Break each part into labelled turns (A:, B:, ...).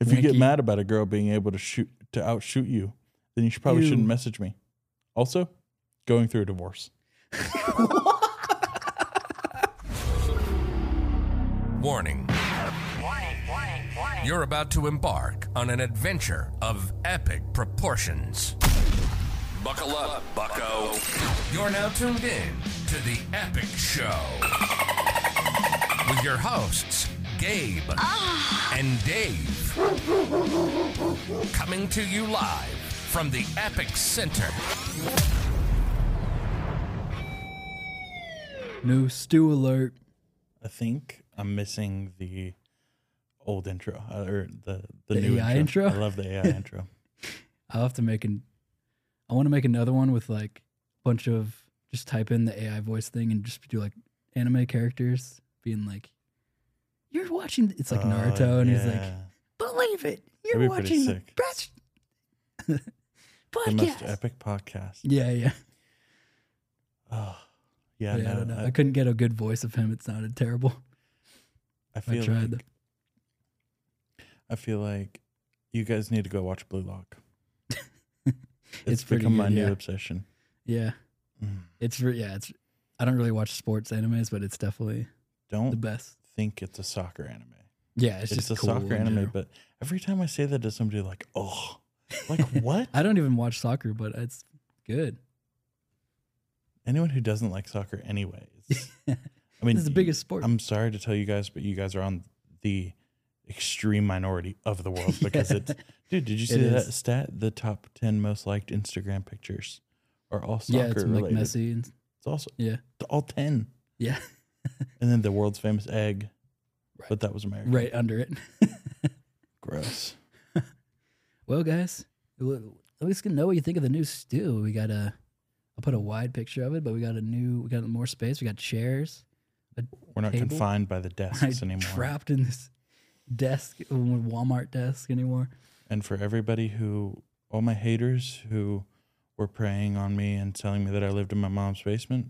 A: If you get
B: Nikki.
A: mad about a girl being able to shoot to outshoot you, then you should probably
B: You-
A: shouldn't message me. Also, going through a divorce.
C: Warning,
D: Warning.
C: warning, warning.
D: You're about to embark on an adventure of epic proportions. Buckle up, bucko. You're now tuned in to The Epic Show with your hosts, Gabe and Dave. Coming to you live from the Epic Center.
B: No stew alert.
A: I think I'm missing the old intro uh, or the the, new
B: AI
A: intro.
B: intro?
A: I love the AI intro.
B: I'll have to make an. I want to make another one with like a bunch of just type in the AI voice thing and just do like anime characters being like, "You're watching." It's like
A: Oh,
B: Naruto, and he's like,
A: yeah.
B: "Believe it,
A: That'd
B: you're
A: be pretty
B: watching the
A: sick.
B: best
A: the most
B: podcast."
A: epic podcast.
B: Yeah, yeah,
A: Oh, yeah,
B: yeah. I
A: no,
B: don't know. I,
A: I,
B: couldn't get a good voice of him. It sounded terrible.
A: I
B: I
A: feel
B: tried.
A: like, I feel like you guys need to go watch Blue Lock.
B: It's
A: it's
B: pretty
A: become my
B: good,
A: new
B: yeah.
A: obsession.
B: yeah,
A: Mm.
B: it's re- yeah. It's. I don't really watch sports animes, but it's definitely the
A: Don't
B: best.
A: think it's a soccer anime.
B: Yeah, it's,
A: It's,
B: just
A: a
B: cool
A: soccer
B: in
A: anime,
B: general.
A: but every time I say that to somebody, like, oh, like what?
B: I don't even watch soccer, but it's good.
A: Anyone who doesn't like soccer, anyway. It's, I mean,
B: It's the biggest sport.
A: I'm sorry to tell you guys, but you guys are on the extreme minority of the world because
B: Yeah.
A: it's dude. Did you see
B: It
A: that
B: is.
A: stat? The top ten most liked Instagram pictures are all soccer
B: yeah, it's like
A: related.
B: Messi and
A: It's also
B: yeah,
A: it's all ten,
B: yeah,
A: and then the world's famous egg,
B: Right.
A: but that was American.
B: right under it.
A: Gross.
B: well, guys, l- let us know what you think of the new stew. We got a, I'll put a wide picture of it, but we got a new, we got more space. We got chairs.
A: We're not
B: Table?
A: confined by the
B: I
A: desks anymore.
B: trapped in this desk, uh, Walmart desk anymore.
A: And for everybody who, all my haters who were preying on me and telling me that I lived in my mom's basement,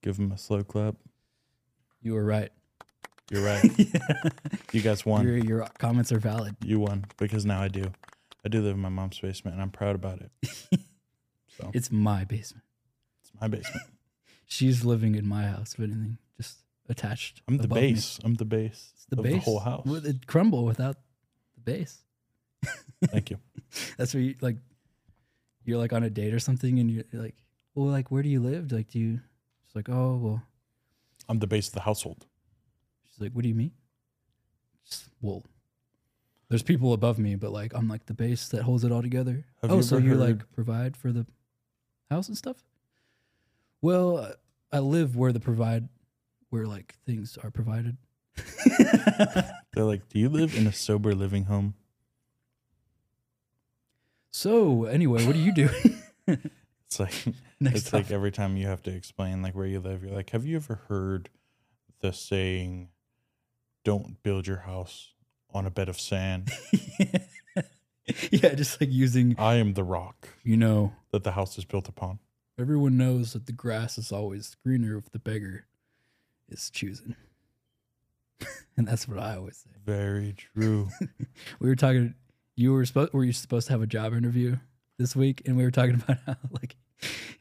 A: give them a slow clap.
B: You were right.
A: You're right. You guys won.
B: Your your comments are valid.
A: you won because now I do. I do live in my mom's basement and I'm proud about it.
B: It's my basement.
A: It's my basement.
B: She's living in my house. If anything, just attached.
A: I'm the
B: above me.
A: base. I'm the base
B: It's the
A: of
B: base.
A: the whole house.
B: Would it crumble without the base?
A: Thank you.
B: That's where you like you're like on a date or something and you're like, Well, like where do you live? Like do you she's like, Oh well
A: I'm the base of the household.
B: she's like, What do you mean? Just well there's people above me, but like I'm like the base that holds it all together.
A: Have
B: oh,
A: you
B: so
A: ever
B: you
A: heard-
B: like provide for the house and stuff? Well, uh, I live where the provide where like things are provided.
A: They're like, do you live in a sober living home?
B: So anyway, what do you do?
A: It's like
B: Next
A: it's like
B: topic.
A: every time you have to explain like where you live, you're like, have you ever heard the saying, "Don't build your house on a bed of sand."
B: yeah, just like using
A: I am the rock
B: you know
A: that the house is built upon.
B: Everyone knows that the grass is always greener if the beggar is choosing. and that's what I always say.
A: Very true.
B: We were talking you were supposed were you supposed to have a job interview this week and we were talking about how like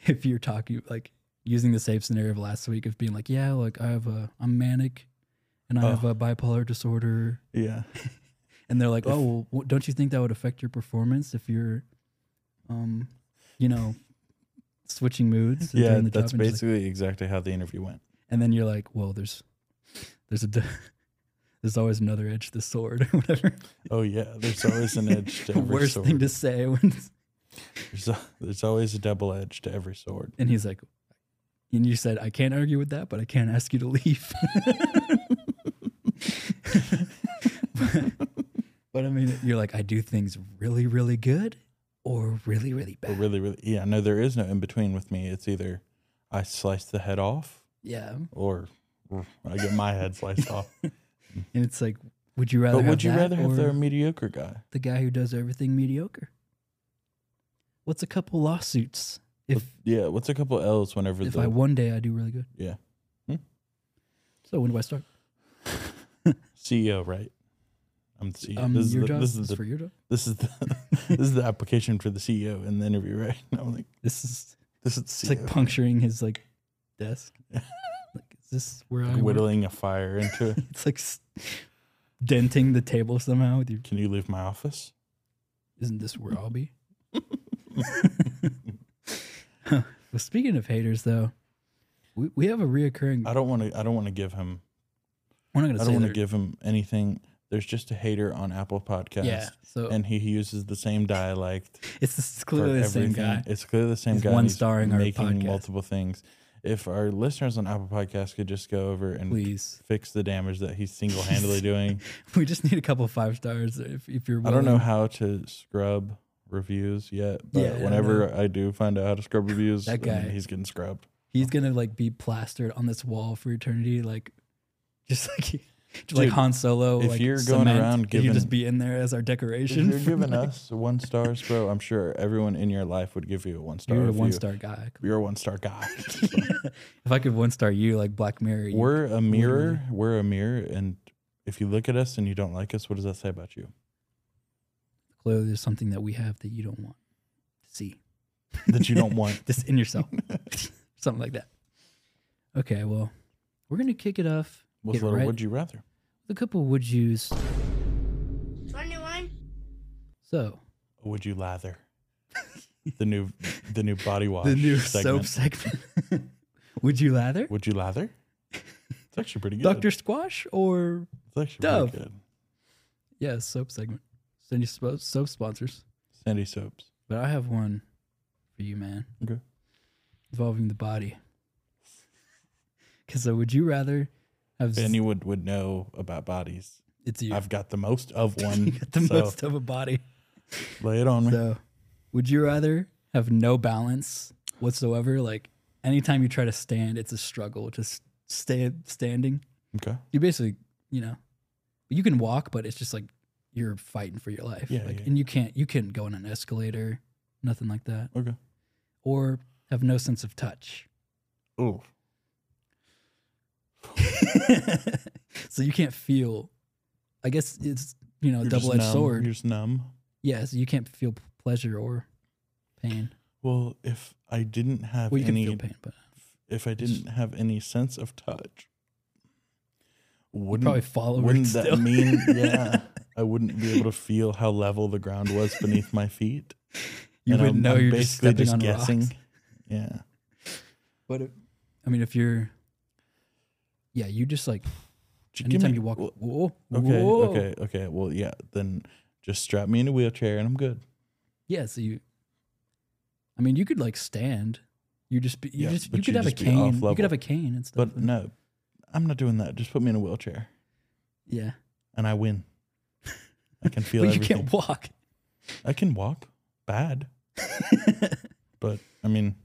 B: if you're talking like using the same scenario of last week of being like, Yeah, like I have a I'm manic and I have
A: Oh.
B: a bipolar disorder
A: yeah.
B: and they're like,
A: If-
B: "Oh, well, w- don't you think that would affect your performance if you're, um, you know, switching moods?"
A: Yeah,
B: during the
A: that's
B: job?" And she's like-
A: basically exactly how the interview went.
B: and then you're like, "Well, there's, there's a, d- there's always another edge to the sword, or whatever."
A: Oh yeah, there's always an edge to
B: the
A: every
B: worst
A: sword.
B: thing to say when,
A: There's, a- there's always a double edge to every sword.
B: and he's like, and you said, "I can't argue with that, but I can't ask you to leave." but, but I mean, you're like, I do things really, really good, or really, really
A: But
B: bad.
A: really, really, yeah. No, there is no in between with me. It's either I slice the head off
B: yeah.
A: or I get my head sliced off.
B: And it's like, would you rather?
A: But
B: have
A: would you
B: that
A: rather have
B: or
A: the mediocre guy?
B: the guy who does everything mediocre? What's a couple lawsuits if
A: Yeah, what's a couple L's whenever
B: if
A: the
B: I one day I do really good?
A: yeah
B: So when do I start?
A: CEO E right? I'm the E CEO.
B: Um,
A: this, is
B: your
A: the,
B: job.
A: this is the
B: for your job.
A: this is the this is the application for the CEO in the interview, right? And I'm like,
B: This is
A: this is
B: it's
A: the E CEO.
B: like puncturing his like desk. like is this where I work?
A: whittling a fire into it.
B: It's like s- denting the table somehow with your.
A: Can you leave my office?
B: Isn't this where I'll be? well, speaking of haters, though, we, we have a reoccurring.
A: I don't want to. I don't want to give him.
B: we're not going
A: I
B: to
A: don't
B: say
A: want to
B: their-
A: give him anything. There's just a hater on Apple Podcasts,
B: Yeah, so
A: and he, he uses the same dialect
B: it's this-
A: for
B: clearly the same
A: everything.
B: guy.
A: It's clearly the same
B: He's
A: guy.
B: one
A: and
B: starring our
A: making
B: podcast.
A: multiple things. If our listeners on Apple Podcasts could just go over and
B: Please,
A: fix the damage that he's single-handedly doing,
B: we just need a couple five stars if, if you're.
A: I don't know
B: willing.
A: how to scrub reviews yet, but
B: Yeah, I
A: whenever I, do find out how to scrub reviews,
B: That
A: then
B: guy.
A: he's getting scrubbed.
B: He's gonna like be plastered on this wall for eternity, like just like he- just like
A: Dude,
B: Han Solo.
A: if
B: like,
A: you're going
B: cement,
A: around
B: you
A: giving-
B: just be in there as our
A: If
B: decoration.
A: you're giving us one stars, bro, I'm sure everyone in your life would give you a one star.
B: You're a
A: if you-
B: one star guy.
A: You're a one star guy.
B: If I could one star you, like Black Mirror, you-
A: we're a mirror. We're a mirror, and if you look at us and you don't like us, what does that say about you?
B: clearly there's something that we have that you don't want to see.
A: That you don't want.
B: Just in yourself, something like that. Okay, well, we're gonna kick it off
A: With
B: Get
A: little
B: right-
A: would you rather?
B: with a couple would yous.
C: 21.
B: So
A: Would you lather? the new, the new body wash.
B: the new
A: Oh, segment.
B: soap segment. would you lather?
A: Would you lather? It's actually pretty good.
B: Doctor Squash or
A: It's actually
B: Dove.
A: pretty good.
B: yeah, soap segment. Send you spo- soap sponsors.
A: Sandy soaps.
B: But I have one for you, man.
A: Okay.
B: Involving the body. Cause so would you rather have z-
A: anyone would know about bodies.
B: it's you
A: I've got the most of one.
B: You got the
A: so
B: most of a body.
A: lay it on me.
B: So would you rather have no balance whatsoever? Like anytime you try to stand, it's a struggle. Just stay standing.
A: okay.
B: you basically, you know, you can walk, but it's just like you're fighting for your life.
A: Yeah,
B: like,
A: yeah.
B: And you can't, you couldn't go on an escalator, nothing like that,
A: Okay.
B: or have no sense of touch.
A: Ooh.
B: so you can't feel. I guess it's you know a
A: You're just
B: double edged
A: numb.
B: sword.
A: You're just numb.
B: yeah, so you can't feel p- pleasure or pain.
A: Well, if I didn't have
B: Well, you
A: any,
B: can feel pain, but
A: if I didn't have any sense of touch, wouldn't
B: probably follow.
A: wouldn't
B: still.
A: that mean? Yeah, I wouldn't be able to feel how level the ground was beneath my feet.
B: you
A: And
B: wouldn't
A: I'm-
B: know?
A: I'm
B: you're just
A: basically
B: stepping on rocks.
A: Yeah.
B: But if, I mean, if you're, yeah, you just like
A: J- give
B: anytime
A: me-
B: you walk.
A: well,
B: whoa,
A: Okay.
B: whoa.
A: Okay. Okay. Well, yeah. Then just strap me in a wheelchair and I'm good.
B: Yeah, so you. I mean, you could like stand. You just be, you
A: Yeah,
B: just
A: but
B: you could
A: you
B: have a
A: just be off
B: cane. You
A: level.
B: could have a cane and stuff.
A: But no, I'm not doing that. Just put me in a wheelchair
B: yeah,
A: and I win. I can feel
B: but you
A: everything.
B: can't walk.
A: I can walk bad, but I mean,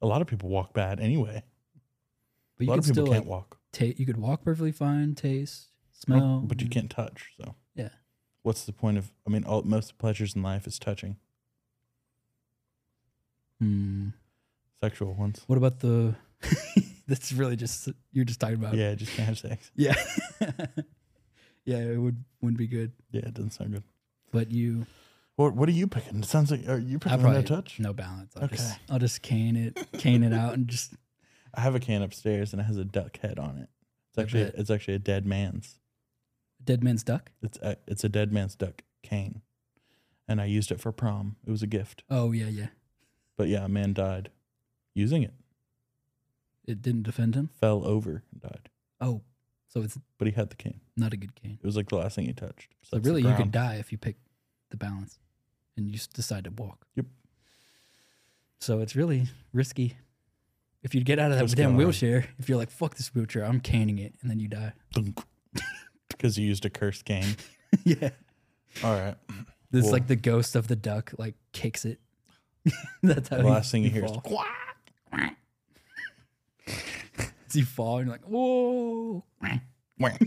A: a lot of people walk bad anyway.
B: But
A: a
B: you
A: lot
B: could
A: of people
B: still
A: can't
B: like,
A: walk, Oh,
B: ta- You could walk perfectly fine. Taste, smell,
A: but you can't touch. So
B: Yeah.
A: what's the point of? I mean, all, most pleasures in life is touching,
B: Hmm.
A: sexual ones.
B: What about the? that's really just you're just talking about.
A: Yeah, just can't have sex.
B: yeah, yeah. It would wouldn't be good.
A: Yeah, it doesn't sound good.
B: But you,
A: What What are you picking? It sounds like are you
B: I
A: picking
B: probably
A: no touch?
B: no balance. I'll just
A: Okay.
B: I'll just cane it, cane it out, and just
A: I have a can upstairs and it has a duck head on it. It's
B: I
A: actually
B: bet.
A: it's actually a dead man's.
B: dead man's duck.
A: It's a, it's a dead man's duck cane, and I used it for prom. It was a gift,
B: Oh yeah, yeah.
A: but yeah, a man died using it.
B: It didn't defend him.
A: Fell over and died,
B: Oh, so it's
A: but he had the cane.
B: not a good cane.
A: It was like the last thing he touched.
B: So
A: that's the
B: really, you
A: ground.
B: could die if you pick the balance, and you s- decide to walk.
A: Yep.
B: So it's really risky. If you get out of that
A: Risky
B: damn
A: on our-
B: wheelchair, if you're like "fuck this wheelchair," I'm caning it, and then you die.
A: Thunk. because he used a cursed cane.
B: yeah.
A: All right,
B: This
A: Well-
B: is like the ghost of the duck, like kicks it. That's how
A: the
B: you-
A: last thing you hear
B: fall.
A: is quack.
B: So you fall and you're like, whoa.
A: whack.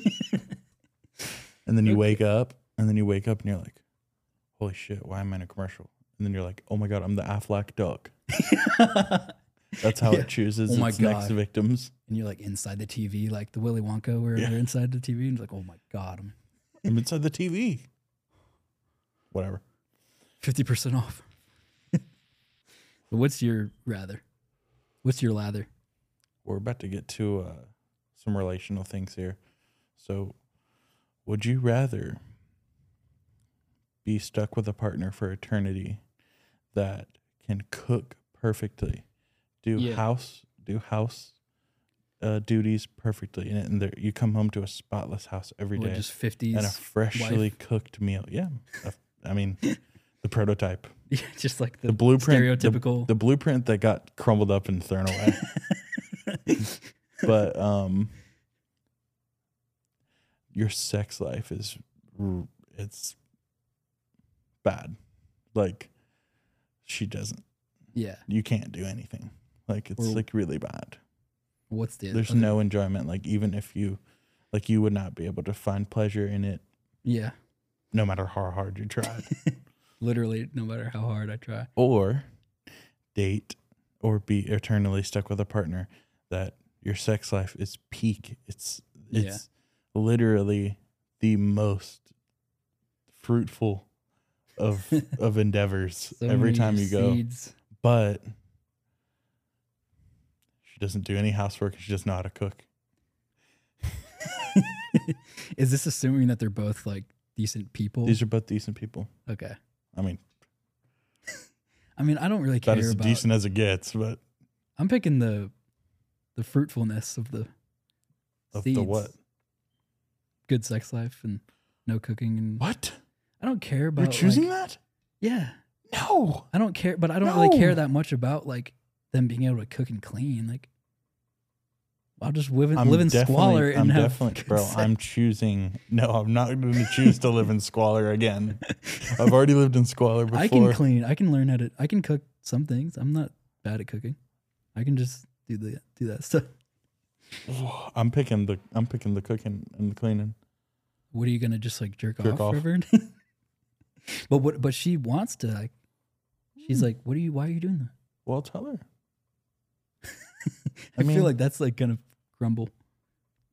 A: and then you wake up, and then you wake up, and you're like, "Holy shit! Why am I in a commercial?" And then you're like, "Oh my god, I'm the Aflac duck." That's how
B: Yeah.
A: it chooses
B: Oh my
A: its next
B: God.
A: victims.
B: And you're like inside the TV, like the Willy Wonka, where
A: Yeah.
B: they're inside the TV, and you're like, oh my God. I'm
A: I'm inside the TV. Whatever.
B: Fifty percent off. but what's your rather? What's your lather?
A: We're about to get to uh, some relational things here. So, would you rather be stuck with a partner for eternity that can cook perfectly, do
B: Yeah.
A: house do house uh, duties perfectly, and, and there, you come home to a spotless house every
B: Or
A: day
B: just fifties?
A: and a freshly cooked meal? Yeah, A- I mean the prototype,
B: just like the,
A: the blueprint, the-
B: stereotypical.
A: the blueprint that got crumbled up and thrown away. but um your sex life is r- it's bad like she doesn't
B: yeah.
A: you can't do anything like it's
B: Or-
A: like really bad
B: What's the
A: there's
B: other-
A: no enjoyment like even if you like you would not be able to find pleasure in it
B: Yeah.
A: no matter how hard you tried
B: Literally, no matter how hard I try.
A: or date or be eternally stuck with a partner that your sex life is peak it's
B: Yeah.
A: it's literally the most fruitful of of endeavors
B: So
A: every
B: many
A: time you go
B: seeds.
A: but she doesn't do any housework and she doesn't know how to cook
B: Is this assuming that they're both like decent people?
A: these are both decent people
B: okay.
A: i mean
B: I mean, I don't really
A: about
B: care
A: as
B: about. Mm.
A: decent as it gets but
B: I'm picking the the fruitfulness of the
A: of
B: seeds.
A: the what
B: Good sex life and no cooking and
A: what
B: I don't care about.
A: you're choosing
B: like-
A: that
B: Yeah,
A: no
B: I don't care, but I don't really care
A: No.
B: that much about like them being able to cook and clean. Like, I'll just live in,
A: I'm
B: live in
A: definitely-
B: squalor
A: I'm
B: and have
A: definitely,
B: good
A: bro.
B: sex.
A: I'm choosing. No, I'm not going to choose to live in squalor again. I've already lived in squalor before.
B: I can clean. I can learn how to. I can cook some things. I'm not bad at cooking. I can just do the do that stuff.
A: I'm picking the. I'm picking the cooking and the cleaning.
B: What are you gonna just like jerk,
A: Jerk
B: off,
A: off.
B: River? but what? But she wants to. Like, she's
A: Hmm.
B: like, "What are you? Why are you doing that?"
A: Well, tell her.
B: I,
A: mean-
B: feel like that's like gonna crumble.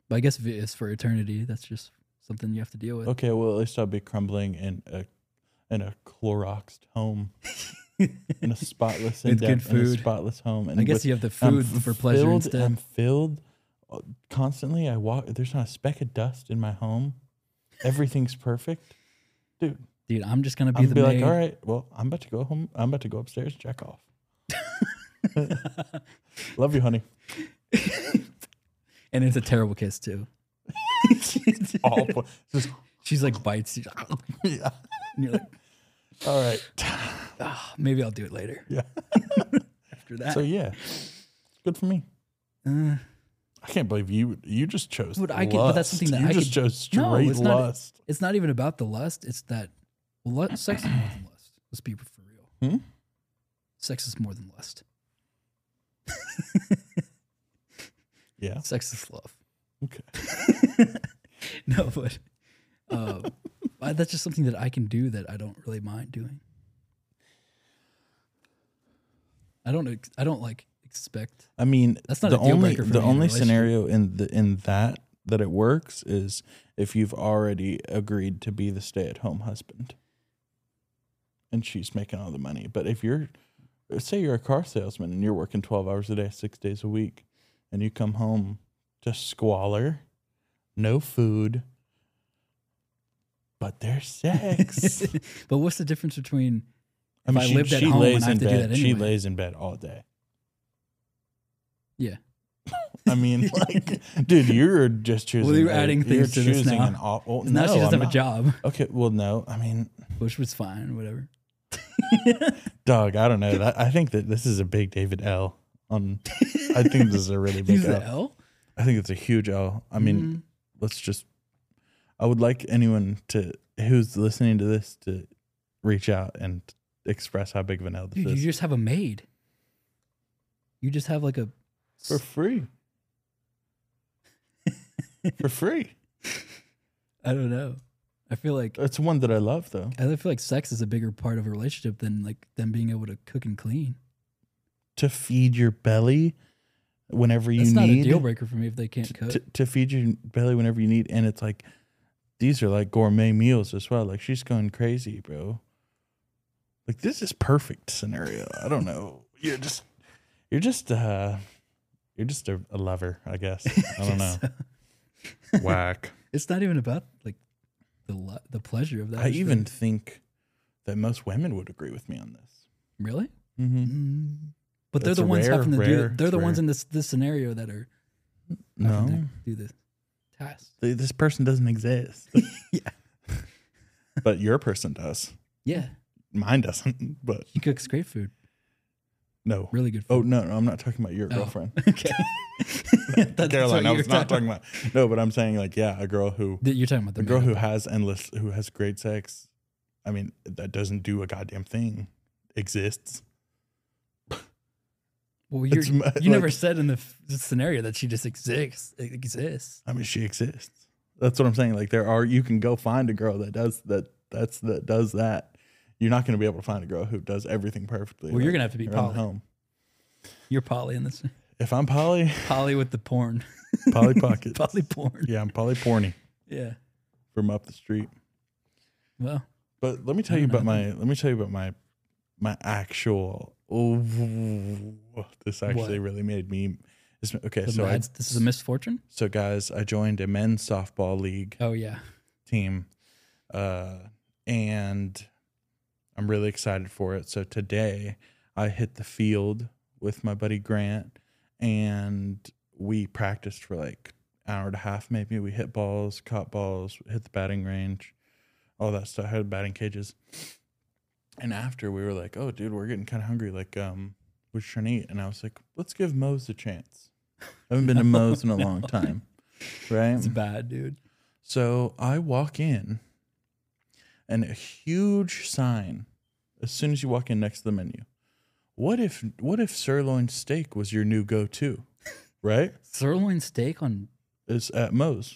B: But I guess if it's for eternity, that's just something you have to deal with.
A: Okay. Well, at least I'll be crumbling in a in a Cloroxed home, in a spotless
B: With
A: and
B: good
A: in a
B: food.
A: spotless home. And
B: I guess
A: with-
B: you have the
A: I'm
B: food for pleasure
A: filled-
B: instead.
A: I'm filled uh, constantly. I walk. There's not a speck of dust in my home. Everything's perfect, dude.
B: Dude, I'm just gonna be
A: I'm
B: the
A: be like,
B: maid.
A: all right, well, I'm about to go home. I'm about to go upstairs and check off. Love you, honey.
B: and it's a terrible kiss too.
A: Awful. Just,
B: She's like bites you, and
A: yeah.
B: you're like,
A: All right.
B: "Ah, maybe I'll do it later.
A: Yeah.
B: After that,
A: So yeah, good for me.
B: Uh,
A: I can't believe you. You just chose.
B: But I could- but
A: lust.
B: that's something that
A: you
B: I
A: just
B: could-
A: chose straight
B: No, it's not-
A: lust.
B: it's not even about the lust. It's that lust, sex is more than lust. Let's be for real.
A: Hmm?
B: Sex is more than lust.
A: Yeah.
B: Sex is love.
A: Okay.
B: No, but uh, I- that's just something that I can do that I don't really mind doing. I don't. Ex- I don't like expect.
A: I mean,
B: That's not
A: the
B: a deal
A: only
B: breaker for
A: the
B: me in a
A: only
B: relationship.
A: scenario in the in that that it works is if you've already agreed to be the stay at home husband, and she's making all the money. But if you're, say, you're a car salesman and you're working twelve hours a day, six days a week, and you come home to squalor, no food, but there's sex.
B: but what's the difference between
A: I mean,
B: I
A: she,
B: lived at
A: she
B: home and
A: lays
B: I have
A: in
B: to do
A: bed.
B: that
A: She
B: anyway.
A: lays in bed all day.
B: yeah?
A: I mean, like, dude, you're just choosing.
B: you're
A: a-
B: adding
A: you're
B: things to this
A: choosing
B: now.
A: An aw- well,
B: now
A: no,
B: she doesn't
A: I'm
B: have a
A: not.
B: job,
A: Okay, well, no, I mean,
B: which was fine. Whatever.
A: dog, I don't know. That, I think that this is a big David L. On, I think this is a really big
B: He's
A: L.
B: the L. Mm-hmm.
A: I think it's a huge L. I mean, let's just. I would like anyone to who's listening to this to reach out and express how big of an L this
B: Dude, you
A: is
B: just have a maid. You just have like a
A: for free. for free,
B: I don't know. I feel like
A: it's one that I love though.
B: I feel like sex is a bigger part of a relationship than like them being able to cook and clean.
A: To feed your belly whenever you
B: That's not
A: need.
B: a deal breaker for me if they can't cook.
A: to, to feed your belly whenever you need and it's like these are like gourmet meals as well. Like she's going crazy, bro. Like this is perfect scenario. I don't know. You're just you're just uh you're just a, a lover, I guess. I don't know.
B: So,
A: Whack.
B: it's not even about like the lo- the pleasure of that.
A: I
B: It's
A: even
B: like-
A: think that most women would agree with me on this.
B: really,
A: Mm-hmm.
B: but they're
A: That's
B: the ones
A: rare,
B: having to do.
A: rare,
B: They're
A: it's
B: the ones
A: rare.
B: in this this scenario that are
A: No,
B: having to do this task.
A: th- this person doesn't exist.
B: Yeah.
A: but your person does.
B: Yeah,
A: Mine doesn't. But
B: he cooks great food,
A: no.
B: really good
A: Oh
B: food.
A: no, no, I'm not talking about your
B: Oh.
A: girlfriend.
B: okay. That's what
A: Caroline, I
B: you
A: was
B: were
A: not talking about. No, but I'm saying like, yeah, a girl who
B: Th- You're talking about the
A: a girl
B: man.
A: who has endless, who has great sex. I mean, that doesn't do a goddamn thing. Exists.
B: Well, you're,
A: It's
B: you
A: mu-
B: never
A: like-
B: said in the, f- the scenario that she just exists. Exists.
A: I mean, she exists. That's what I'm saying. Like, there are you can go find a girl that does that. That's that does that. You're not going to be able to find a girl who does everything perfectly.
B: Well, you're
A: like,
B: gonna have to be
A: around the
B: poly.
A: home.
B: You're Polly in this.
A: If I'm poly,
B: Polly with the porn.
A: poly pocket.
B: Polly porn.
A: yeah, I'm poly porny
B: Yeah.
A: from up the street.
B: Well,
A: But let me tell you about my let me tell you about my my actual oh this actually really made me this, okay
B: the
A: so I,
B: lads, this is a misfortune.
A: so guys I joined a men's softball league
B: Oh yeah.
A: team uh and I'm really excited for it so today I hit the field with my buddy Grant and we practiced for like an hour and a half maybe we hit balls caught balls hit the batting range all that stuff had batting cages and after we were like oh dude we're getting kind of hungry like um we should trying to eat and I was like let's give Moe's a chance I haven't been to Moe's in a long time right
B: It's bad, dude.
A: so I walk in, and a huge sign as soon as you walk in next to the menu. What if what if sirloin steak was your new go-to, right?
B: Sirloin steak on.
A: It's at Moe's.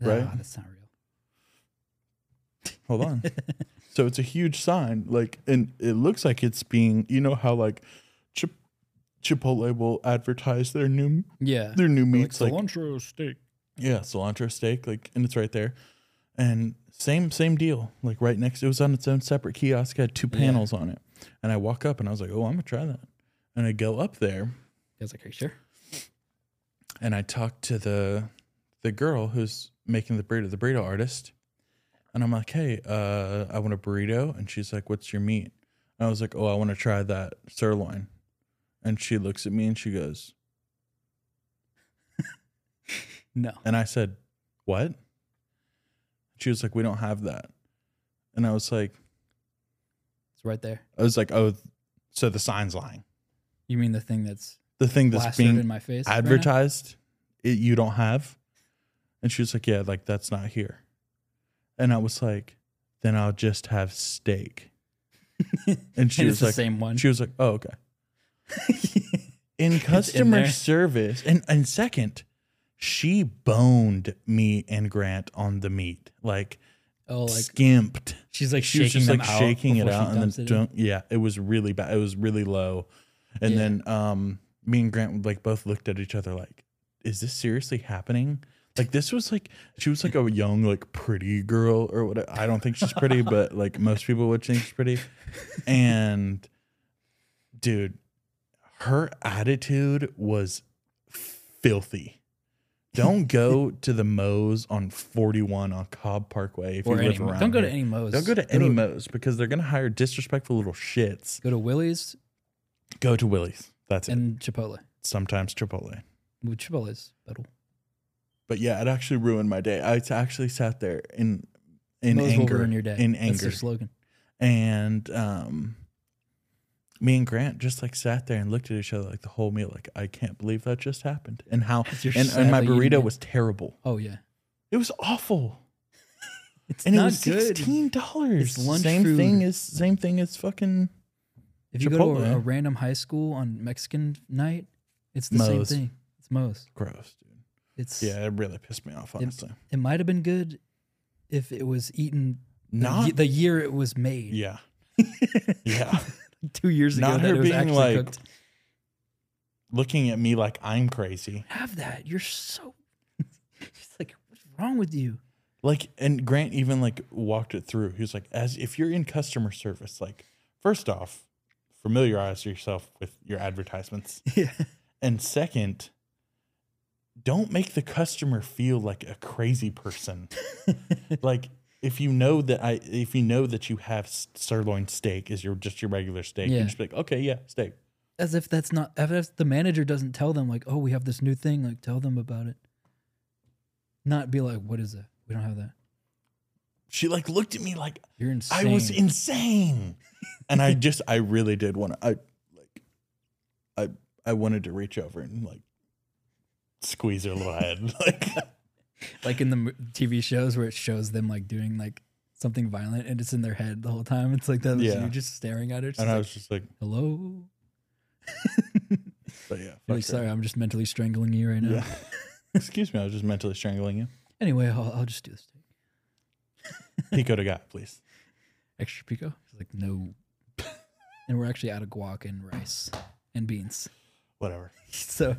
A: Right.
B: Ah, that's not real.
A: Hold on. so it's a huge sign, like, and it looks like it's being, you know how like Chip, Chipotle will advertise their new
B: Yeah.
A: their new meats, like
B: cilantro steak.
A: Yeah, cilantro steak, like, and it's right there. And same same deal, like right next. It was on its own separate kiosk. Had two panels on it, and I walk up and I was like, "Oh, I'm gonna try that." And I go up there
B: I was like, are you sure?
A: and I talk to the the girl who's making the burrito, the burrito artist, and I'm like, "Hey, uh, I want a burrito," and she's like, "What's your meat?" And I was like, "Oh, I want to try that sirloin," and she looks at me and she goes,
B: No.
A: And I said, What? She was like, We don't have that. And I was like,
B: It's right there.
A: I was like, Oh, so the sign's lying.
B: You mean the thing that's
A: The thing that's
B: plastered in
A: being
B: my face? right now?
A: advertised, it, you don't have. And she was like, Yeah, like that's not here. And I was like, Then I'll just have steak. and she
B: And
A: was
B: it's the
A: like,
B: same one.
A: She was like, Oh, okay. in customer
B: there.
A: service and, and second she boned me and grant on the meat like,
B: oh, like
A: skimped
B: she's like
A: she
B: shaking
A: was just
B: them
A: like
B: out
A: shaking it
B: before she
A: out and
B: dumps
A: then
B: it in.
A: dunk- yeah it was really bad it was really low and
B: Yeah.
A: then um me and grant like both looked at each other like is this seriously happening like this was like she was like a young like pretty girl or what i don't think she's pretty but like most people would think she's pretty and dude her attitude was filthy don't go to the Moe's on 41 on Cobb Parkway if
B: Or
A: you
B: any,
A: live around.
B: don't go to
A: here.
B: any Moe's.
A: Don't go to any Mo's because they're gonna hire disrespectful little shits.
B: Go to Willie's
A: Go to Willie's. That's it.
B: and Chipotle.
A: Sometimes Chipotle.
B: Well, Chipotle's better.
A: But yeah, it actually ruined my day. I t- actually sat there in in
B: Moe's will
A: anger.
B: ruin your day.
A: In
B: That's
A: anger.
B: their slogan.
A: and um me and Grant just like sat there and looked at each other like the whole meal, like I can't believe that just happened. And how
B: You're
A: and, and my
B: sadly eating
A: burrito
B: it.
A: was terrible.
B: Oh yeah,
A: It was awful.
B: it's
A: And
B: not
A: it was
B: good.
A: sixteen dollars.
B: It's lunch
A: Same
B: food.
A: thing as same thing as fucking
B: If you go to
A: Chipotle.
B: a, a random high school on Mexican night, it's the same
A: Moe's.
B: thing. It's Moe's.
A: gross, dude.
B: It's
A: Yeah, it really pissed me off, honestly.
B: It might have been good if it was eaten the,
A: Not
B: ye- the year it was made.
A: Yeah. yeah.
B: Two years ago,
A: Not
B: that
A: her
B: it was
A: being
B: actually
A: like-
B: cooked.
A: Looking at me like I'm crazy.
B: Have that. You're so. It's like, what's wrong with you?
A: Like, and Grant even like walked it through. He was like, as if you're in customer service, like, first off, familiarize yourself with your advertisements.
B: Yeah.
A: And second, don't make the customer feel like a crazy person. like, if you know that I, if you know that you have s- sirloin steak is your just your regular steak,
B: Yeah.
A: you just be like, okay, yeah, steak.
B: As if that's not, as if the manager doesn't tell them, like, oh, we have this new thing, like, tell them about it. Not be like, what is that? We don't have that.
A: She like looked at me like
B: You're insane.
A: I was insane, and I just I really did want to I like I I wanted to reach over and like squeeze her little head like
B: like in the mo- TV shows where it shows them like doing like something violent and it's in their head the whole time. It's like that. was
A: Yeah.
B: You're just staring at her. She's
A: and I
B: like,
A: was just like
B: hello.
A: but yeah fuck
B: You're
A: her.
B: like, sorry, I'm just mentally strangling you right now.
A: yeah excuse me I was just mentally strangling you
B: Anyway, I'll, I'll just do this. Thing.
A: pico de gato please
B: Extra pico. She's like, no. and we're actually out of guac and rice and beans.
A: whatever
B: So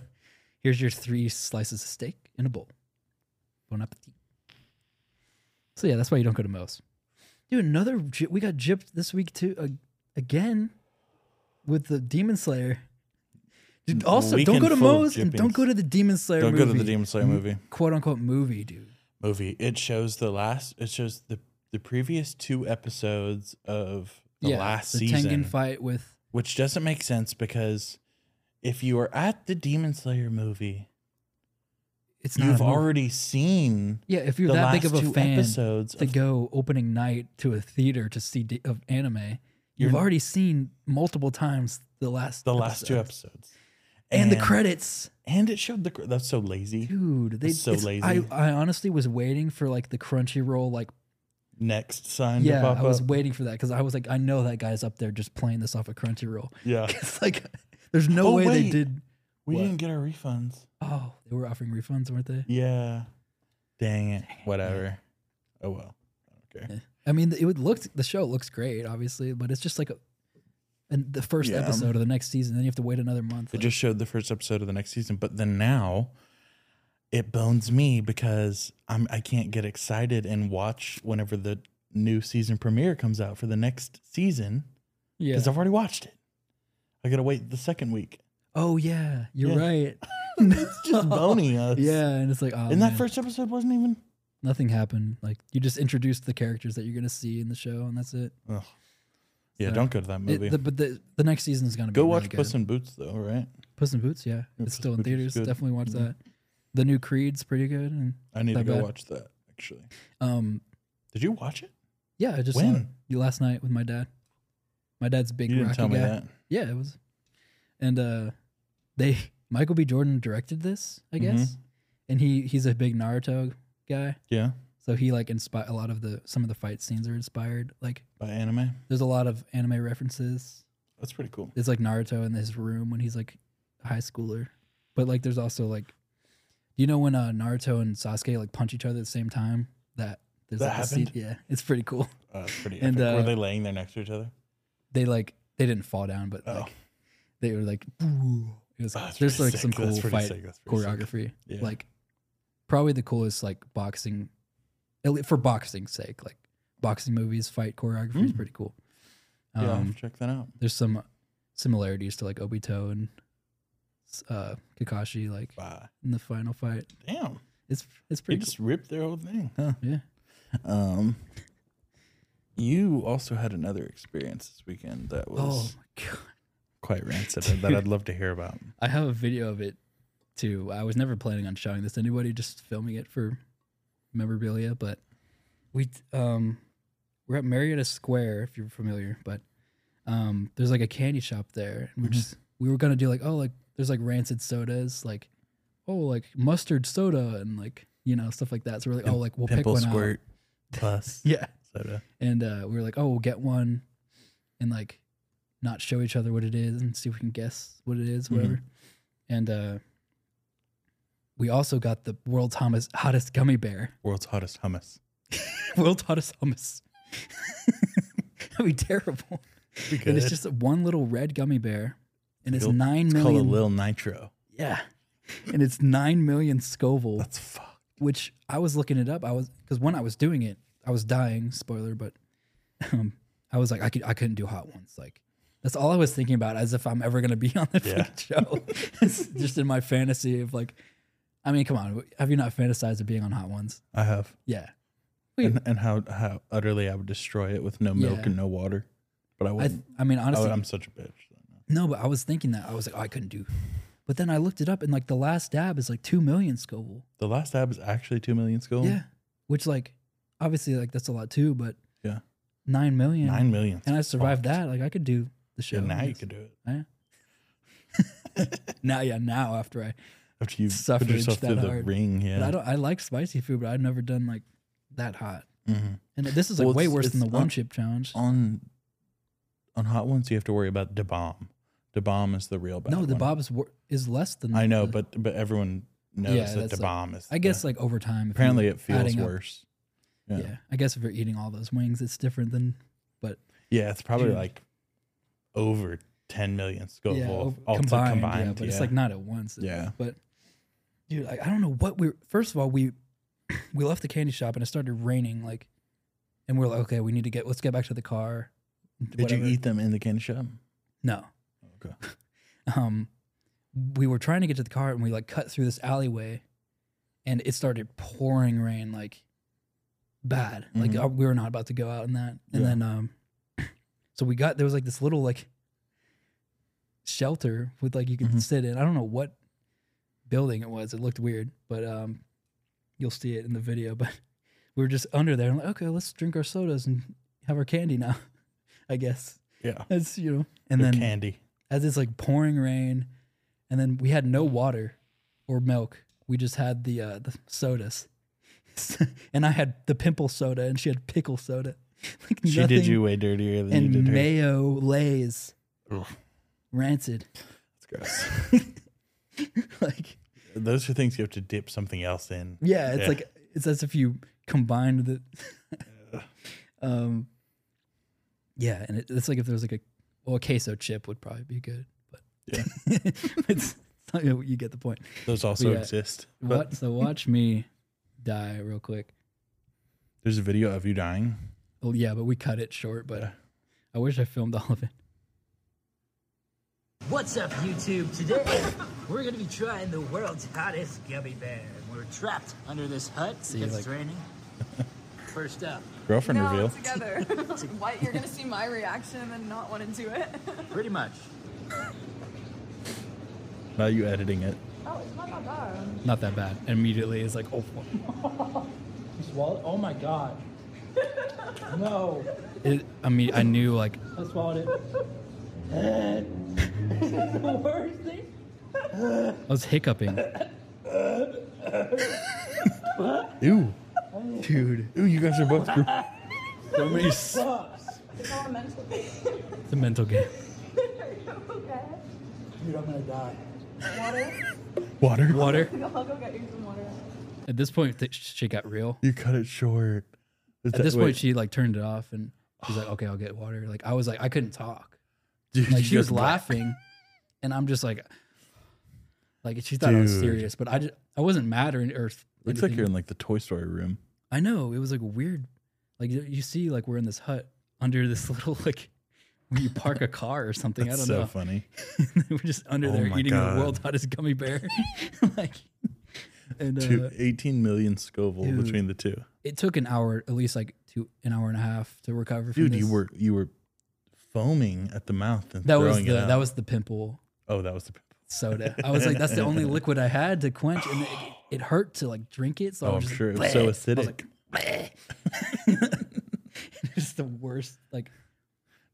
B: here's your three slices of steak in a bowl. Bon appetit. So yeah, that's why you don't go to Mo's. Dude, another gy- we got gypped this week too uh, again with the Demon Slayer. Dude, also, don't
A: Mm, Weekend
B: go to
A: full of
B: Mo's and don't
A: gyppings.
B: go to the Demon Slayer.
A: don't
B: movie, Mm-hmm.
A: go to the Demon Slayer movie
B: quote unquote movie, dude.
A: movie it shows the last it shows the the previous two episodes of the last
B: the
A: season
B: Tengen fight with
A: which doesn't make sense because if you are at the Demon Slayer movie
B: it's not
A: you've
B: a movie.
A: already seen
B: yeah. If you're
A: the
B: that
A: last
B: big of a
A: two
B: fan
A: episodes
B: to
A: of,
B: go opening night to a theater to see de- of anime, you've
A: You're-
B: already seen multiple times the last
A: the last two
B: episodes.
A: episodes
B: and, the credits,
A: and it showed the cr- that's so lazy
B: dude. They
A: That's so
B: it's- I,
A: lazy.
B: I honestly was waiting for like the Crunchyroll like
A: next sign to
B: yeah.
A: pop
B: I was
A: up
B: waiting for that because I was like, I know that guy's up there just playing this off of Crunchyroll.
A: yeah
B: It's like there's no
A: Uh. Oh,
B: way they
A: wait.
B: did.
A: we
B: What?
A: didn't get our refunds
B: Oh, they were offering refunds, weren't they?
A: yeah dang it whatever oh well okay
B: I mean, it would look the show looks great, obviously, but it's just like a and the first
A: Yeah.
B: episode of the next season, then you have to wait another month.
A: It
B: Like,
A: just showed the first episode of the next season, but then now it bones me because I'm I can't get excited and watch whenever the new season premiere comes out for the next season
B: yeah.
A: because I've already watched it. I gotta wait the second week.
B: Oh yeah, you're
A: Yeah.
B: right.
A: it's just boning us.
B: Yeah, and it's like oh,
A: and that
B: man,
A: first episode wasn't even.
B: nothing happened. Like you just introduced the characters that you're gonna see in the show, and that's it.
A: Ugh. Yeah,
B: So,
A: don't go to that
B: It-
A: movie.
B: the- but the the next season is gonna be
A: go
B: really
A: watch
B: good.
A: Puss in Boots though, right?
B: Puss in Boots. Yeah,
A: Yeah,
B: it's
A: Puss
B: still
A: in
B: in
A: Boots is
B: theaters.
A: good.
B: Definitely watch
A: Mhm.
B: that. The new Creed's pretty good. And
A: I need
B: Not
A: to go
B: bad.
A: watch that actually.
B: um,
A: Did you watch it?
B: yeah, I just saw
A: When?
B: it you last night with my dad. My dad's big
A: You didn't
B: Rocky
A: tell me
B: guy.
A: that.
B: Yeah, it was. And uh they Michael B. Jordan directed this, I
A: Mhm.
B: guess. And he he's a big Naruto guy.
A: Yeah,
B: So he like inspired a lot of the some of the fight scenes are inspired. Like
A: by anime.
B: there's a lot of anime references.
A: That's pretty cool.
B: There's like Naruto in his room when he's like a high schooler. But like there's also like you know when uh, Naruto and Sasuke like punch each other at the same time? That there's
A: That
B: like a scene-
A: happened?
B: yeah, it's pretty cool.
A: Uh, it's pretty.
B: And,
A: epic.
B: uh,
A: Were they laying there next to each other?
B: They like they didn't fall down, but
A: Oh.
B: like they were like it was,
A: Oh, that's
B: there's like
A: pretty
B: some
A: sick. That's
B: cool
A: pretty
B: fight
A: sick. That's pretty sick.
B: choreography.
A: Yeah.
B: Like probably the coolest like boxing at least for boxing's sake, like boxing movies fight choreography is
A: Mm.
B: pretty cool.
A: Yeah,
B: Um,
A: I'll have to check that out.
B: there's some similarities to like Obito and uh Kakashi like
A: Wow.
B: in the final fight.
A: Damn.
B: It's it's
A: They
B: pretty
A: just ripped their whole thing. Huh.
B: cool. Yeah.
A: Um you also had another experience this weekend that
B: Oh
A: was
B: my god.
A: quite rancid and that I'd love to hear about.
B: I have a video of it too. I was never planning on showing this to anybody, just filming it for memorabilia. But we um we're at Marietta Square, if you're familiar, but um there's like a candy shop there. And we
A: Mhm.
B: just we were gonna do like, oh like there's like rancid sodas, like oh like mustard soda and like you know, stuff like that. So we're like, oh like we'll pick
A: Pimple
B: one out.
A: squirt plus
B: Yeah.
A: soda.
B: And uh we were like, oh we'll get one and like not show each other what it is and see if we can guess what it is,
A: Mhm.
B: whatever. And uh we also got the world's hottest, hottest gummy bear,
A: World's hottest hummus.
B: world's hottest hummus. That'd be terrible. And it's just one little red gummy bear, and it's
A: Lil-
B: nine
A: it's called a
B: million.
A: Lil Nitro.
B: yeah, and it's nine million Scoville.
A: That's fucked.
B: which I was looking it up. I was because when I was doing it, I was dying. Spoiler, but um, I was like, I could, I couldn't do hot ones. Like that's all I was thinking about, as if I'm ever gonna be on the
A: Yeah.
B: fucking show. it's just in my fantasy of like, I mean, come on, have you not fantasized of being on hot ones?
A: I have.
B: Yeah,
A: And, and how, how utterly I would destroy it with no milk
B: Yeah.
A: and no water. But I
B: I,
A: wouldn't.
B: th- I mean,
A: I
B: honestly,
A: would, I'm such a bitch.
B: No, but I was thinking that I was like, oh, I couldn't do. But then I looked it up, and like the last dab is like two million Scoville.
A: The last dab is actually 2 million Scoville.
B: Yeah, which like obviously like that's a lot too, but
A: Yeah.
B: nine million.
A: 9 million.
B: and I survived that. Like I could do the show.
A: Yeah, now you
B: Yes.
A: can do it.
B: Now, yeah, now after I,
A: After you put
B: Suffrage
A: yourself
B: that
A: through the
B: hard.
A: ring. Yeah.
B: but I don't. I like spicy food, but I've never done like that hot.
A: Mhm.
B: And this is like
A: Well,
B: way
A: it's-
B: worse than the
A: it's
B: one
A: not-
B: chip challenge.
A: on on hot ones you have to worry about the bomb. The bomb is the real bad.
B: No, the
A: one.
B: Bob's wor- is less than.
A: I know,
B: the-
A: but but everyone knows
B: Yeah,
A: that the
B: that's like-
A: bomb is.
B: I guess like over time. if
A: apparently
B: you're
A: it feels
B: Mm, adding up-
A: worse.
B: Yeah.
A: yeah.
B: I guess if you're eating all those wings, it's different than. But
A: Yeah, it's probably
B: Dude.
A: like over ten million Scoville
B: yeah, ov-
A: all combined.
B: combined,
A: combined
B: yeah, but it's like not at once.
A: Yeah.
B: but dude, like, I don't know what we. First of all, we we left the candy shop and it started raining. Like, and we are like, okay, we need to get. Let's get back to the car.
A: Did you eat them in the candy shop?
B: No.
A: Okay.
B: Um, we were trying to get to the car and we like cut through this alleyway, and it started pouring rain like bad. Like
A: Mhm.
B: uh, we were not about to go out in that.
A: Yeah.
B: And then um, so we got there was like this little like shelter with like you could
A: Mhm.
B: sit in. I don't know what building it was. It looked weird, but um, you'll see it in the video. But we were just under there and like, okay, let's drink our sodas and have our candy now. I guess
A: Yeah.
B: that's you know.
A: And
B: And then
A: candy.
B: as it's like pouring rain, and then we had no water or milk. We just had the uh, the sodas, and I had the pimple soda, and she had pickle soda. Like
A: She
B: nothing,
A: did you way dirtier than you
B: and
A: did her.
B: mayo lays,
A: Ugh.
B: rancid.
A: That's gross.
B: like
A: Those are things you have to dip something else in.
B: yeah, it's
A: Yeah.
B: like it's as if you combined the, um, yeah, and it, it's like if there was like a well, a queso chip would probably be good, but
A: Yeah.
B: it's, it's not, you get the point.
A: Those also
B: Yeah.
A: exist. But
B: What? So watch me die real quick.
A: There's a video of you dying.
B: Well, yeah, but we cut it short. But
A: Yeah.
B: I wish I filmed all of it.
E: What's up, YouTube? Today, we're gonna be trying the world's hottest gummy bear. We're trapped under this hut because
B: like-
E: it's raining. First up,
A: Girlfriend
F: No,
A: reveal.
F: together. what you're gonna see my reaction and then not want to do it.
E: pretty much.
A: Now you editing it.
F: Oh, it's not that bad.
B: Not that bad. Immediately, it's like, oh, fuck.
G: Swallowed? Oh my god. No.
B: it, I mean, I knew like
G: I swallowed it. the worst thing.
B: I was hiccuping.
A: Ew.
B: Dude,
A: Ooh, you guys are both. gr-
B: so many s-
G: Sucks.
B: the mental game.
G: Dude, I'm gonna die.
A: Water.
B: Water.
F: I'll go get you some water.
B: At this point, th- she got real.
A: You cut it short. Is
B: At
A: that-
B: this
A: wait,
B: point, she like turned it off and she's like, okay, I'll get water. Like I was like, I couldn't talk.
A: dude,
B: Like
A: you
B: she was
A: guys black-
B: laughing, and I'm just like, like she thought I was
A: Dude.
B: serious, but I just, I wasn't mad or, or
A: Looks like
B: anything.
A: you're in like the Toy Story room.
B: I know it was like weird. Like you- you see, like we're in this hut under this little like where you park a car or something. I
A: That's
B: don't
A: so
B: know.
A: funny.
B: we're just under
A: Oh
B: there
A: my
B: eating
A: God.
B: the world's hottest gummy bear. like, and uh,
A: Two, 18 million Scoville
B: dude.
A: between the two.
B: it took an hour, at least like two, an hour and a half to recover. From
A: Dude, you
B: this.
A: were you were foaming at the mouth and
B: that was
A: throwing
B: the
A: it out.
B: that was the pimple
A: oh, that was the.
B: soda. I was like, that's the only liquid I had to quench, and it, it hurt to like drink it. So I
A: Oh, I'm
B: was just
A: sure it
B: like,
A: was so
B: "Bleh." I was
A: acidic.
B: like, just the worst. Like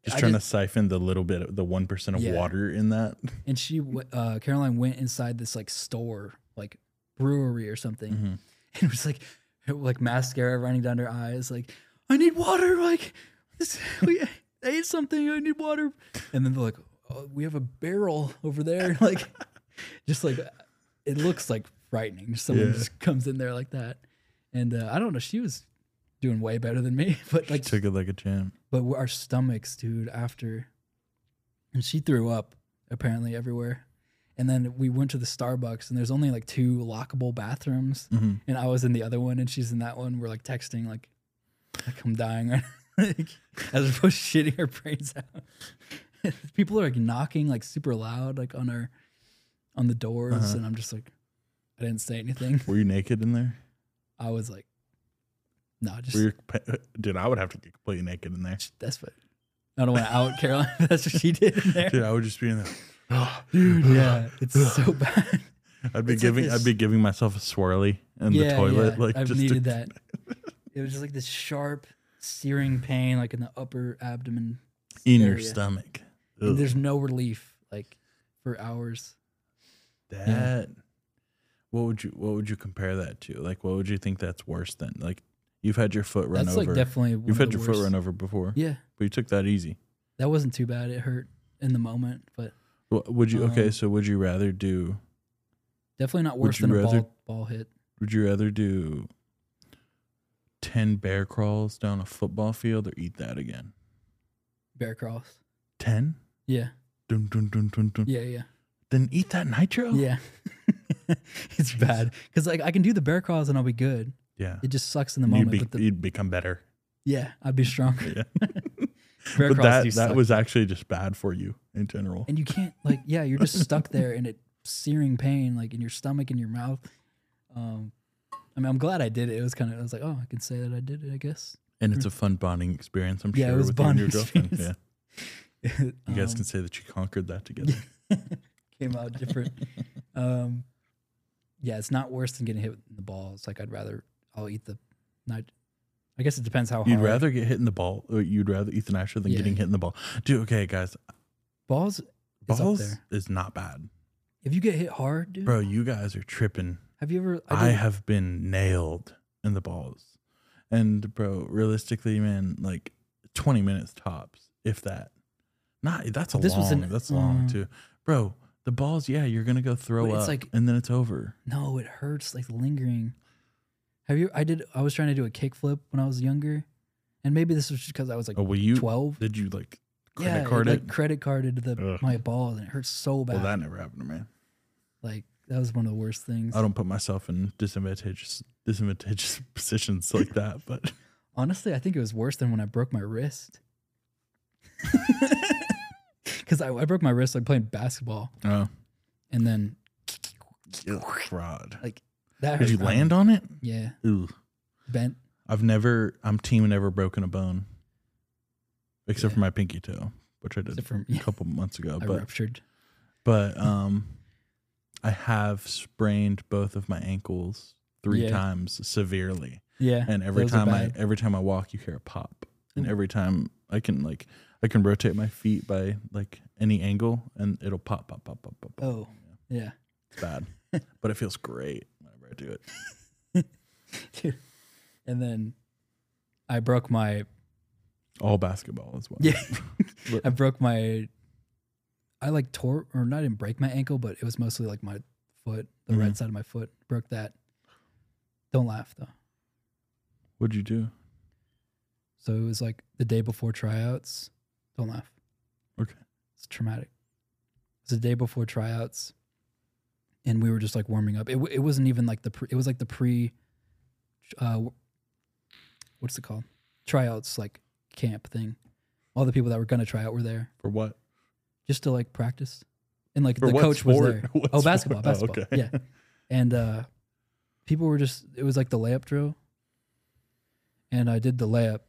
A: Just
B: I
A: trying
B: just-
A: to siphon the little bit, of the one percent of
B: Yeah.
A: water in that.
B: and she w- uh, Caroline went inside this like store, like brewery or something,
A: Mm-hmm.
B: and was like, like mascara running down her eyes, like I need water, like this, we I ate something, I need water, and then they're like, oh, we have a barrel over there, like just like uh, it looks like frightening. Someone
A: Yeah.
B: just comes in there like that, and uh, I don't know, she was doing way better than me, but like
A: Took it like a champ.
B: but w- our stomachs, dude, after. And she threw up apparently everywhere. And then we went to the Starbucks, and there's only like two lockable bathrooms, and I was in the other one, and she's in that one. We're like texting, like, like I'm dying, right now. like, as we're shitting our brains out. People are like knocking like super loud, like on our on the doors, and I'm just like, I didn't say anything.
A: Were you naked in there?
B: I was like, no, nah, just
A: Were your, pa- dude, I would have to get completely naked in there.
B: that's what. I don't want to out Caroline. but That's what she did in there.
A: Dude, I would just be in there.
B: Dude, yeah, it's so bad.
A: I'd be
B: It's like
A: giving
B: this-
A: I'd be giving myself a swirly in the toilet. like
B: I've
A: just
B: needed
A: to-
B: that. It was just like this sharp, searing pain, like in the upper abdomen.
A: in your
B: area.
A: stomach.
B: And
A: Ugh.
B: there's no relief, like for hours.
A: That. What would you What would you compare that to? Like, what would you think that's worse than? Like, you've had your foot run
B: That's
A: over.
B: like definitely one
A: you've
B: of
A: had
B: the
A: your
B: worst.
A: foot run over before.
B: Yeah,
A: but you took that easy.
B: that wasn't too bad. It hurt in the moment, but
A: Wha- Would you? okay,
B: Um,
A: so would you rather do?
B: definitely not
A: Would
B: worse
A: you
B: than a
A: rather-
B: ball ball hit.
A: Would you rather do ten bear crawls down a football field or eat that again?
B: Bear cross.
A: Ten.
B: Yeah,
A: Dun, dun, dun, dun, dun.
B: yeah, yeah.
A: Then eat that nitro.
B: Yeah. it's bad because like I can do the bear crawls and I'll be good.
A: Yeah.
B: It just sucks in the
A: You'd,
B: moment.
A: be,
B: but the,
A: you'd become better.
B: yeah, I'd be stronger.
A: Yeah.
B: bear
A: but
B: crawls
A: that
B: do
A: that
B: suck.
A: was actually just bad for you in general.
B: and you can't like yeah, you're just stuck there and it searing pain like in your stomach and your mouth. Um, I mean, I'm glad I did it. It was kind of I was like, oh, I can say that I did it. I guess
A: And it's a fun bonding experience, I'm
B: Mm. Yeah, it
A: sure,
B: was
A: with you and your
B: bonding
A: girlfriend. Yeah.
B: experience.
A: You guys
B: Um,
A: can say that you conquered that together.
B: came out different. um, yeah, it's not worse than getting hit in the balls. Like I'd rather I'll eat the. Not, I guess it depends how
A: You'd
B: hard.
A: rather get hit in the ball, or you'd rather eat the nitro than
B: Yeah.
A: getting hit in the ball. Dude, okay, guys,
B: balls. It's up
A: balls
B: there.
A: is not bad,
B: If you get hit hard, dude,
A: bro. You guys are tripping.
B: have you ever?
A: I,
B: did-
A: have been nailed in the balls, and bro, realistically, man, like twenty minutes tops, if that. Not that's a
B: This
A: long.
B: was an-
A: that's long
B: Mm.
A: too, bro. The balls, yeah, you're gonna go throw
B: But
A: up,
B: it's like-
A: and then it's over.
B: No, it hurts like lingering. Have you? I did. I was trying to do a kickflip when I was younger, and maybe this was just because I was like
A: Oh, well, you
B: twelve.
A: did you like credit
B: yeah,
A: card
B: it,
A: it?
B: like credit carded the
A: Ugh.
B: my balls, and it hurts so bad.
A: Well, that never happened to me.
B: like that was one of the worst things.
A: I don't put myself in disadvantageous disadvantageous positions like that, but
B: Honestly, I think it was worse than when I broke my wrist. Because I, I broke my wrist like playing basketball,
A: oh,
B: and then
A: fraud.
B: like
A: Did
B: that. hurt
A: you
B: probably.
A: land on it?
B: Yeah,
A: Ooh.
B: bent.
A: I've never. I'm team never broken a bone, except for my pinky toe, which I did
B: Except for-
A: a couple months ago.
B: I
A: but
B: ruptured.
A: but um, I have sprained both of my ankles three
B: Yeah.
A: times severely.
B: Yeah,
A: and every
B: those are
A: time I
B: bad. Mm.
A: every time I walk, you hear a pop, and every time I can like I can rotate my feet by like any angle, and it'll pop, pop, pop, pop, pop. pop.
B: oh yeah.
A: It's bad, but it feels great whenever I do it.
B: Dude. And then I broke my
A: All basketball as well.
B: yeah, I broke my I like tore or not didn't break my ankle, but it was mostly like my foot, the right side of my foot broke that. Don't laugh though.
A: What'd you do?
B: So it was like the day before tryouts. Don't laugh.
A: Okay.
B: It's traumatic. It's the day before tryouts, and we were just like warming up. It w- it wasn't even like the pre, it was like the pre, uh, what's it called? Tryouts like camp thing. All the people that were gonna try out were there
A: For what?
B: just to like practice, and like
A: For
B: the
A: what
B: coach
A: sport?
B: was there.
A: What
B: oh,
A: sport?
B: basketball,
A: Oh,
B: basketball,
A: okay.
B: yeah. And uh, people were just it was like the layup drill, and I did the layup.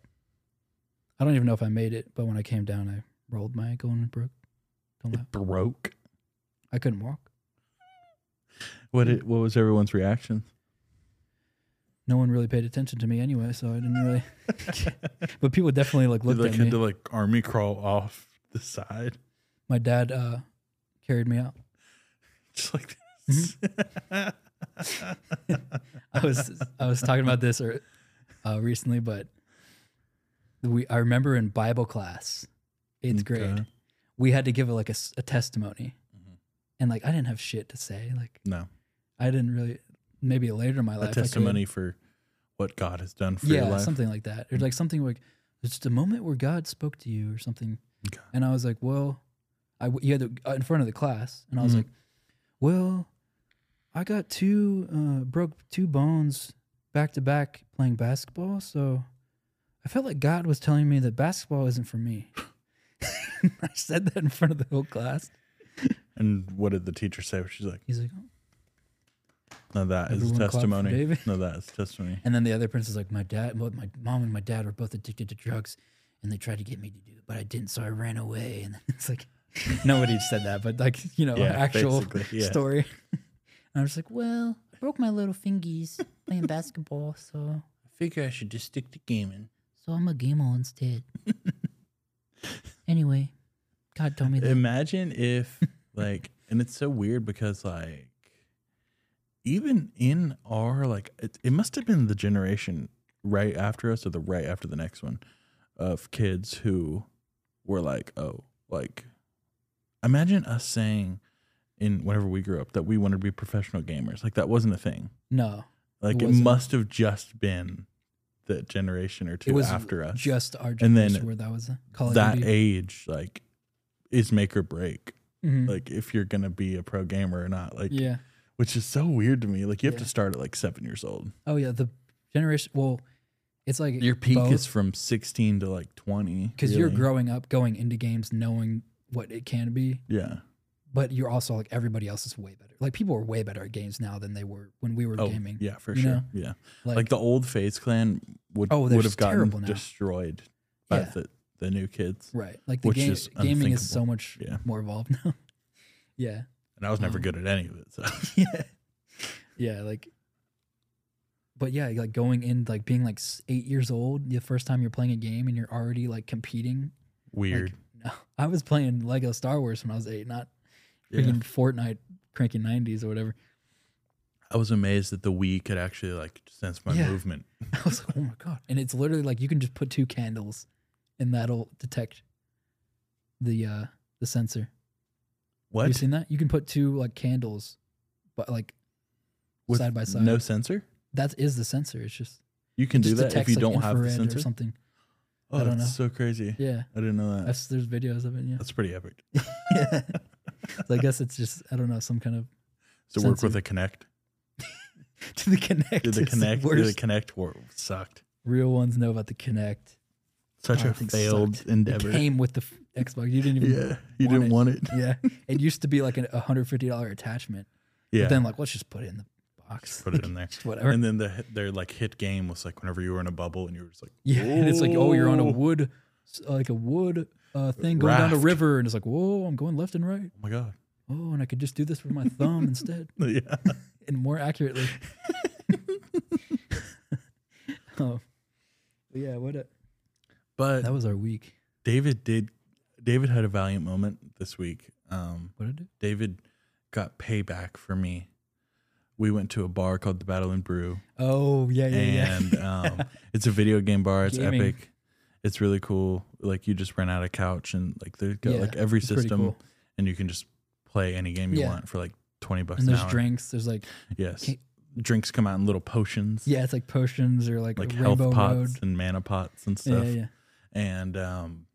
B: I don't even know if I made it, but when I came down, I rolled my ankle and it broke. Don't laugh.
A: It broke.
B: I couldn't walk.
A: What did, What was everyone's reaction?
B: No one really paid attention to me anyway, so I didn't really. but people definitely like looked
A: like
B: at
A: had
B: me.
A: to like army crawl off the side,
B: my dad uh, carried me out.
A: just like this.
B: Mm-hmm. I was I was talking about this or, uh, recently, but we I remember in Bible class, eighth grade,
A: Okay. Mm-hmm.
B: we had to give like a, s- a testimony, and like I didn't have shit to say. Like
A: No,
B: I didn't really. Maybe later in my life,
A: a
B: I could.
A: testimony for what God has done for your
B: yeah,
A: life.
B: something like that, or like something like it's just a moment where God spoke to you or something.
A: Okay. Mm-hmm.
B: And I was like, well, I w- you had to, uh, in front of the class, and I was like, well, I got two uh, broke two bones back to back playing basketball, so I felt like God was telling me that basketball isn't for me. I said that in front of the whole class.
A: And what did the teacher say? She's like,
B: He's like, "Oh."
A: "No, that is
B: Everyone clap for
A: testimony.
B: David.
A: No, that is testimony."
B: and then the other prince is like, my dad, both my mom and my dad were both addicted to drugs, and they tried to get me to do it, but I didn't, so I ran away. And it's like, nobody said that, but like you know,
A: Yeah,
B: actual
A: basically, yeah.
B: story. and I'm just like, well, I broke my little fingies playing basketball, so
A: I figure I should just stick to gaming.
B: So I'm a gamer instead. anyway, God told me that.
A: Imagine if, like, and it's so weird because, like, even in our, like, it, it must have been the generation right after us or the right after the next one of kids who were like, oh, like, imagine us saying in whenever we grew up that we wanted to be professional gamers. Like, that wasn't a thing.
B: no,
A: Like,
B: It
A: it,
B: wasn't.
A: must have just been the generation or two
B: it was
A: after us.
B: Just our
A: then
B: generation where that was a Call of
A: that
B: Duty.
A: age, like, is make or break
B: Mhm.
A: like if you're gonna be a pro gamer or not like
B: yeah.
A: which is so weird to me like you have to
B: Yeah.
A: start at like seven years old
B: Oh yeah. The generation. Well, it's like
A: your peak is from 16 to like 20
B: because you're
A: really.
B: growing up, going into games, knowing what it can be,
A: yeah
B: but you're also like everybody else is way better. Like people are way better at games now than they were when we were
A: oh
B: gaming.
A: yeah for
B: you
A: sure
B: know?
A: yeah like,
B: Like,
A: the old phase clan would
B: Oh, they're
A: would have
B: just
A: gotten
B: terrible now.
A: destroyed by
B: Yeah.
A: the, the new kids
B: right. Like the
A: which
B: game,
A: is
B: gaming is so
A: unthinkable.
B: much
A: Yeah.
B: more evolved now. yeah.
A: and i was never good at any of it so
B: Um, yeah yeah like but yeah like going in like being like s- eight years old the first time you're playing a game and you're already like competing like,
A: weird
B: no i was playing lego star wars when i was eight not
A: Yeah.
B: freaking fortnite cranky 90s or whatever
A: i was amazed that the wii could actually like sense my
B: Yeah.
A: movement
B: i was like oh my god and it's literally like you can just put two candles and that'll detect the uh the sensor
A: what
B: you seen that you can put two like candles but like
A: With
B: side by side
A: no sensor
B: that is the sensor it's just
A: you can do
B: just
A: that if
B: detects,
A: you
B: like,
A: don't have the
B: infrared
A: sensor
B: or something
A: oh
B: I don't
A: that's so crazy
B: yeah
A: i didn't know that
B: That's, there's videos of it, yeah.
A: that's pretty epic
B: yeah. so I guess it's just I don't know some kind of
A: So work with
B: Sensor.
A: a connect.
B: to the connect.
A: Did the
B: is the
A: connect? Did the
B: worst.
A: connect work sucked?
B: Real ones know about the connect.
A: Such a
B: Oh, that thing
A: failed
B: sucked.
A: endeavor.
B: It came with the f- Xbox. You didn't even.
A: yeah, you didn't want it.
B: Yeah, it used to be like a hundred fifty dollar attachment.
A: Yeah,
B: But then like let's just put it in the box.
A: put it in there.
B: Whatever.
A: And then the their like hit game was like whenever you were in a bubble and you were just like,
B: yeah, and it's like oh you're on a
A: "Whoa."
B: wood, s- like a wood uh, thing going down a
A: Raft.
B: river, and it's like whoa I'm going left and right.
A: Oh my god.
B: Oh, and I could just do this with my thumb instead.
A: Yeah.
B: and more accurately. oh, yeah. What? A,
A: But
B: that was our week.
A: David did. David had a valiant moment this week. Um,
B: What did it?
A: David got payback for me. We went to a bar called the Battle and Brew.
B: Oh, yeah, yeah, yeah.
A: and um, it's a video game bar. It's
B: Gaming.
A: epic. It's really cool. Like you just rent out a couch and like they got
B: Yeah,
A: like every
B: it's pretty
A: system,
B: cool.
A: and you can just play any game you
B: Yeah.
A: want for like twenty bucks
B: And
A: an
B: there's
A: hour.
B: drinks. There's like
A: yes,
B: ca-
A: drinks come out in little potions.
B: yeah, it's like potions or like,
A: like health
B: Rainbow
A: pots
B: Road.
A: and mana pots and
B: Yeah,
A: stuff.
B: yeah, yeah.
A: And um,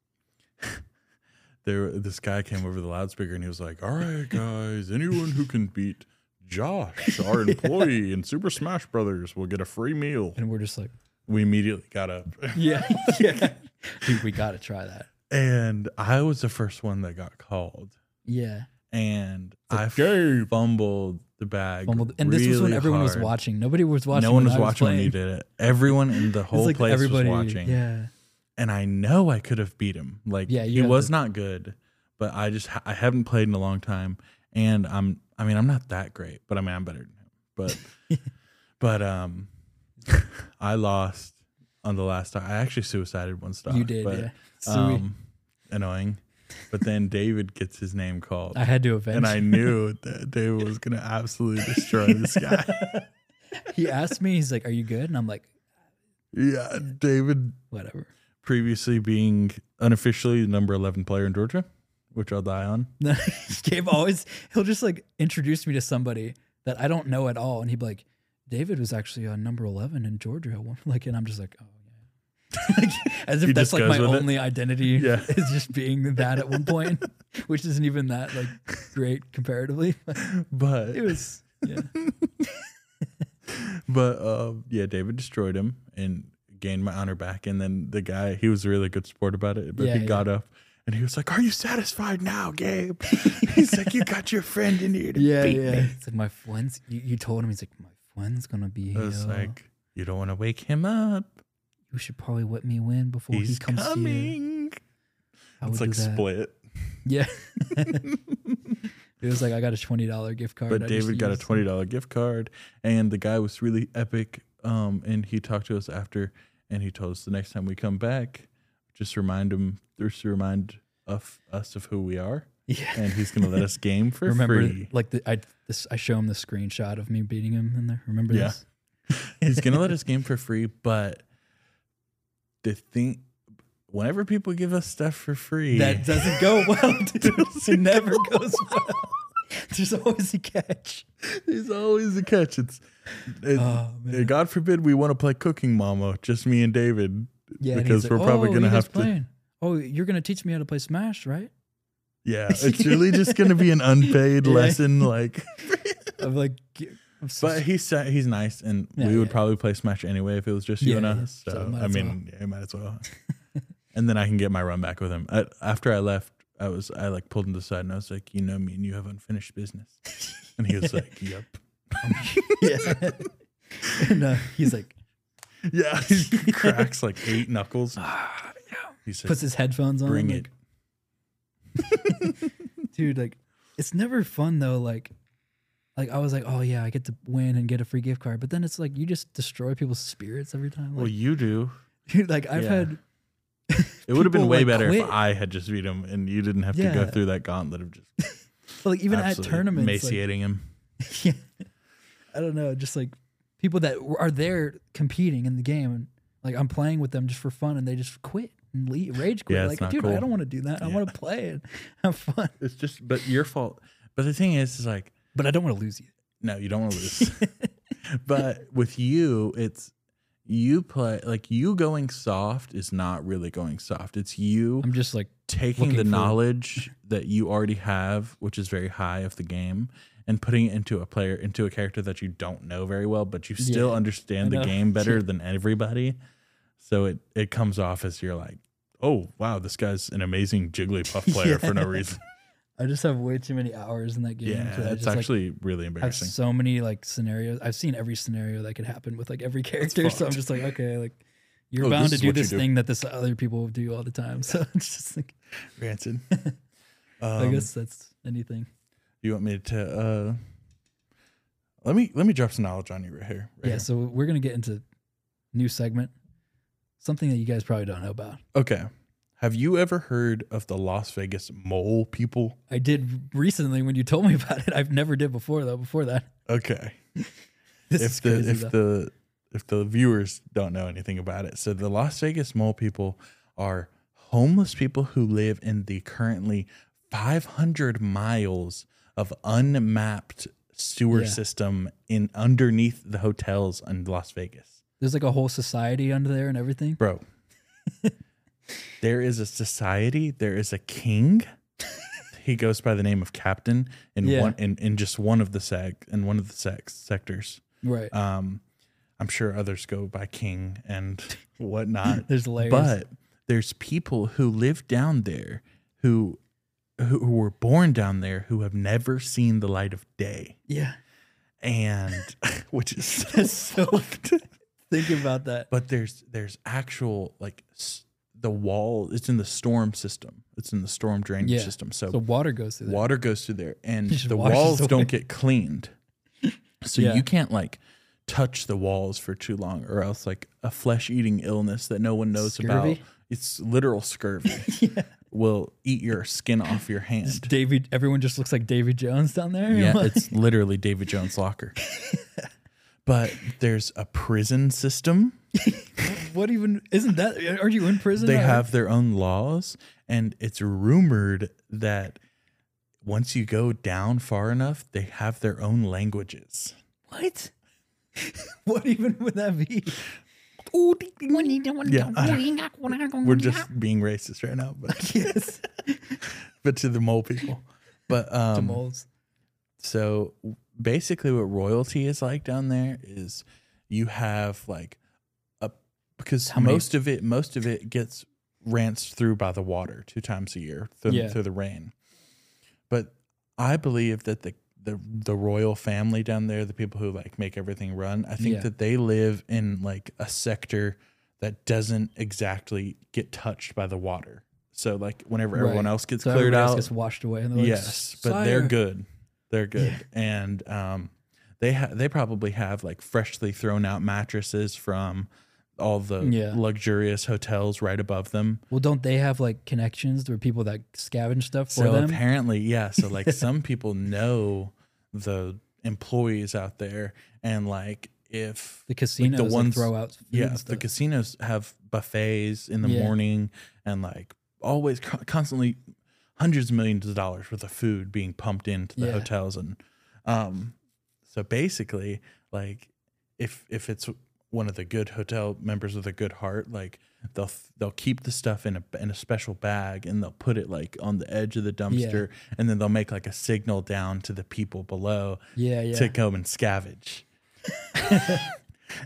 A: there this guy came over the loudspeaker and he was like, "All right, guys, anyone who can beat." Josh, our employee in Super Smash Brothers, will get a free meal.
B: And we're just like,
A: We immediately got up
B: yeah, yeah. Dude, we gotta try that.
A: and I was the first one that got called,
B: Yeah.
A: and I gave. fumbled the bag.
B: Fumbled- And this was when
A: really
B: everyone was
A: hard.
B: watching. Nobody was watching.
A: No one was
B: I
A: watching when
B: playing.
A: you did it. Everyone in the
B: It's
A: whole
B: like
A: place
B: everybody,
A: was watching.
B: Yeah.
A: And I know I could have beat him. Like
B: Yeah, you
A: he
B: have
A: was
B: to-
A: not good, but I just ha- I haven't played in a long time, and I'm I mean I'm not that great, but I mean I'm better than him. But but um, I lost on the last time. I actually suicided one stock.
B: You did,
A: uh, but,
B: yeah. So we-
A: Um, annoying. But then David gets his name called.
B: I had to avenge.
A: and I knew that David was going to absolutely destroy this guy.
B: he asked me, he's like, "Are you good?" And I'm like,
A: yeah, David
B: "Whatever."
A: previously being unofficially the number 11 player in Georgia, which I'll die on.
B: Gabe always he'll just like introduce me to somebody that I don't know at all, and he'd be like, "David was actually on number eleven in Georgia." at one-" Like, and I'm just like, "Oh As if
A: He just
B: that's like my
A: goes with it.
B: only identity
A: Yeah.
B: is just being that at one point, which isn't even that like great comparatively. But
A: But
B: it was yeah.
A: but uh, yeah, David destroyed him and gained my honor back. And then the guy, he was a really good sport about it, but
B: Yeah,
A: he
B: yeah.
A: got up and he was like, "Are you satisfied now, Gabe?" He's like, "You got your friend in here to
B: Yeah,
A: beat
B: yeah.
A: me."
B: It's like my friends. You, you told him he's like my friend's gonna be
A: I
B: here.
A: was like, "You don't want to wake him up.
B: you should probably let me win before he
A: He's
B: comes here.
A: coming."
B: I
A: It's
B: would
A: like
B: do that.
A: split,
B: Yeah. it was like I got a twenty dollar gift card.
A: but
B: I just
A: David got a
B: used.
A: twenty dollar gift card, and the guy was really epic. Um, and he talked to us after, and he told us the next time we come back, just remind him, just remind of us of who we are.
B: Yeah.
A: and he's gonna let us game for
B: Remember,
A: free.
B: like the, I this, I show him the screenshot of me beating him in there. Remember
A: Yeah.
B: this?
A: he's gonna let us game for free, but the thing, whenever people give us stuff for free,
B: That doesn't go well, dude. it never goes well. There's always a catch.
A: there's always a catch. It's, it,
B: Oh, man.
A: God forbid we want to play Cooking Mama, just me and David,
B: Yeah, and
A: because
B: he's like,
A: we're probably
B: "Oh,
A: gonna
B: you guys
A: have to.
B: playing. Oh, you're gonna teach me how to play Smash, right?
A: Yeah, it's really just gonna be an unpaid
B: Yeah.
A: lesson, like.
B: I'm like, "G- I'm so
A: But he's sa- he's nice, and
B: Yeah,
A: we would
B: yeah.
A: probably play Smash anyway if it was just you
B: Yeah,
A: and
B: yeah,
A: us.
B: so
A: So,
B: might
A: I
B: as
A: mean, yeah, might as well. and then I can get my run back with him. I, after I left, I was I like pulled him to the side and I was like, you know me, and you have unfinished business. And he was like, yep,
B: yeah. and uh, he's like,
A: yeah. He cracks like eight knuckles. He said,
B: Ah, puts his headphones on.
A: bring
B: like,
A: it.
B: dude like it's never fun though like like i was like oh yeah i get to win and get a free gift card but then it's like you just destroy people's spirits every time like,
A: Well, you do.
B: dude, like i've
A: yeah.
B: had
A: It would have been
B: People,
A: way
B: like,
A: better
B: quit.
A: if I had just beat him and you didn't have to go
B: Yeah.
A: through that gauntlet of just
B: like even at
A: absolutely
B: tournaments like,
A: emaciating him.
B: yeah, i don't know just like people that are there competing in the game and like i'm playing with them just for fun and they just quit and leave, rage quit
A: Yeah, it's
B: like
A: not
B: dude i
A: cool.
B: don't want to do that i want to play and have fun
A: It's just, but your fault. But the thing is, is like.
B: but i don't want to lose you
A: No, you don't want to lose. but with you, it's you play like you going soft is not really going soft. It's you
B: i'm just like
A: taking
B: looking
A: the
B: for-
A: knowledge that you already have, which is very high of the game, and putting it into a player into a character that you don't know very well, but you still
B: Yeah,
A: understand
B: I
A: the
B: know.
A: game better than everybody. So it it comes off as you're like, oh wow, this guy's an amazing Jigglypuff player for no
B: Yeah.
A: reason.
B: i just have way too many hours in that game
A: Yeah,
B: to
A: it's
B: just, like,
A: actually really
B: I have
A: embarrassing.
B: so many like scenarios. I've seen every scenario that could happen with like every character. So I'm
A: fucked.
B: just like, okay, like you're
A: Oh, this
B: bound to
A: is
B: do
A: what you
B: this
A: do.
B: thing that this other people do all the time. So it's just like,
A: Rancid.
B: I
A: Um,
B: guess that's anything.
A: You want me to uh let me let me drop some knowledge on you right here. Right
B: Yeah. So we're gonna get into new segment, something that you guys probably don't know about.
A: here. Okay. Have you ever heard of the Las Vegas mole people?
B: I did recently when you told me about it. I've never did before though. Before that,
A: Okay.
B: this is
A: If the
B: crazy.
A: if
B: though.
A: the if the viewers don't know anything about it. So the Las Vegas mole people are homeless people who live in the currently 500 miles of unmapped sewer
B: Yeah.
A: system in underneath the hotels in Las Vegas.
B: There's like a whole society under there and everything.
A: bro. there is a society. There is a king. he goes by the name of Captain in
B: Yeah.
A: one in, in just one of the sec in one of the sex sectors.
B: Right.
A: Um, I'm sure others go by King and whatnot.
B: There's layers.
A: But there's people who live down there who who who were born down there who have never seen the light of day,
B: yeah.
A: and which is so
B: That's so. Think about that.
A: but there's there's actual like s- the wall it's in the storm system it's in the storm drainage
B: Yeah.
A: system so,
B: So water goes through there.
A: water goes through there and
B: Just
A: the
B: washes
A: walls
B: away.
A: don't get cleaned so
B: Yeah.
A: you can't like touch the walls for too long or else like a flesh-eating illness that no one knows about
B: Scurvy?
A: it's literal scurvy will eat your skin off your hand
B: Davy, everyone just looks like Davy Jones down there.
A: yeah,
B: Like-
A: it's literally David Jones' locker. But there's a prison system.
B: what even isn't that? Are you in prison?
A: they
B: I heard-
A: have their own laws and it's rumored that once you go down far enough they have their own languages
B: what? what even would that be?
A: Yeah, I- we're just being racist right now, but
B: yes.
A: but to the mole people. But um,
B: moles.
A: So basically, what royalty is like down there is you have like a because
B: many-
A: most of it most of it gets ranced through by the water two times a year through,
B: Yeah.
A: through the rain. But I believe that the the the royal family down there, the people who like make everything run, I think
B: Yeah.
A: that they live in like a sector that doesn't exactly get touched by the water. So like whenever everyone
B: Right.
A: else gets
B: So
A: cleared
B: everybody else
A: out,
B: gets washed away. And they're like,
A: yes, but they're
B: "Sire."
A: good. They're good, and um, they ha- they probably have like freshly thrown out mattresses from all the
B: Yeah.
A: luxurious hotels right above them.
B: Well, don't they have like connections where people that scavenge stuff for
A: so
B: them?
A: apparently, yeah. So like some people know the employees out there, and like if
B: the casinos the
A: ones-
B: throw out. Food
A: yeah,
B: and
A: the
B: stuff.
A: casinos have buffets in the
B: Yeah.
A: morning and like always co- constantly hundreds of millions of dollars worth of food being pumped into the
B: Yeah.
A: hotels and um so basically like if if it's one of the good hotel members with a good heart like they'll they'll keep the stuff in a in a special bag and they'll put it like on the edge of the dumpster and then they'll make like a signal down to the people below
B: yeah, yeah.
A: to come and scavenge.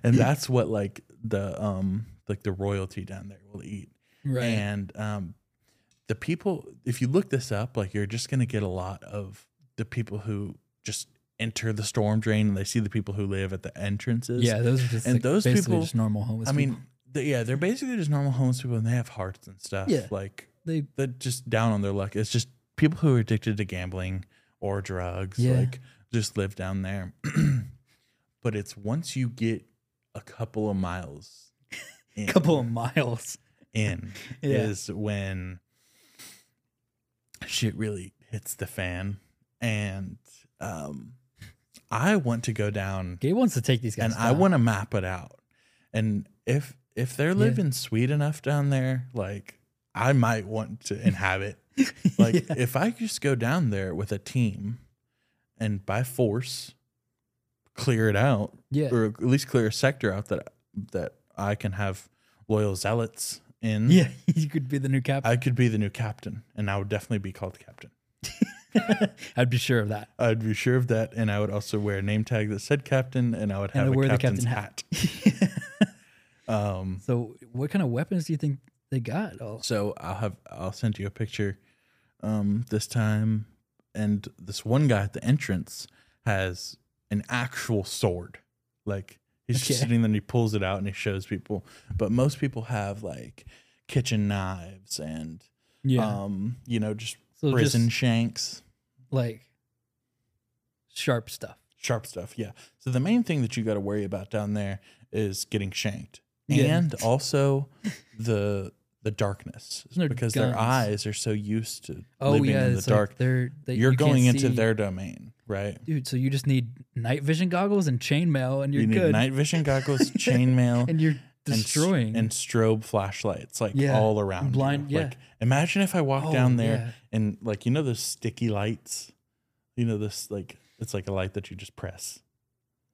A: and that's what like the um like the royalty down there will eat.
B: right.
A: And um the people if you look this up, like you're just gonna get a lot of the people who just enter the storm drain and they see the people who live at the entrances.
B: yeah, those are just
A: and
B: like,
A: those
B: basically
A: people-
B: just normal homeless.
A: I mean
B: people.
A: they, yeah, they're basically just normal homeless people and they have hearts and stuff.
B: Yeah.
A: Like
B: they
A: they're just down on their luck. It's just people who are addicted to gambling or drugs,
B: Yeah.
A: like just live down there. but it's once you get a couple of miles, in,
B: couple of miles.
A: in
B: Yeah.
A: is when shit really hits the fan, and um, I want to go down
B: Gabe wants to take these
A: and
B: guys.
A: I
B: down.
A: want to map it out. And if if they're living sweet enough down there, like I might want to inhabit. Like if I just go down there with a team and by force clear it out,
B: Yeah.
A: or at least clear a sector out that that I can have loyal zealots in.
B: Yeah, you could be the new captain.
A: I could be the new captain, and I would definitely be called captain.
B: I'd be sure of that.
A: I'd be sure of that, and I would also wear a name tag that said captain, and I would
B: And
A: have
B: I'd wear
A: a
B: the
A: captain's
B: captain
A: hat.
B: hat.
A: um,
B: So, what kind of weapons do you think they got? Oh,
A: So I'll have I'll send you a picture um this time and this one guy at the entrance has an actual sword. Like he's
B: Okay.
A: just sitting there and he pulls it out and he shows people. But most people have like kitchen knives and
B: yeah,
A: um, you know, just
B: So
A: prison
B: just-
A: shanks.
B: like sharp stuff.
A: Sharp stuff, yeah. So the main thing that you gotta worry about down there is getting shanked.
B: Yeah.
A: And also the the darkness
B: no
A: because
B: guns.
A: their eyes are so used to
B: Oh
A: living
B: yeah,
A: in the
B: it's like
A: dark
B: they're they,
A: you're
B: you can't
A: going into
B: see-
A: their domain, right?
B: dude. So you just need night vision goggles and chainmail, and you're
A: you need
B: good.
A: night vision goggles, chainmail,
B: and you're
A: and s-
B: destroying.
A: and, strobe flashlights like
B: Yeah,
A: all around. you.
B: blind- yeah.
A: Like, imagine if I walk
B: Oh,
A: down there
B: yeah.
A: and like you know those sticky lights, you know this like it's like a light that you just press,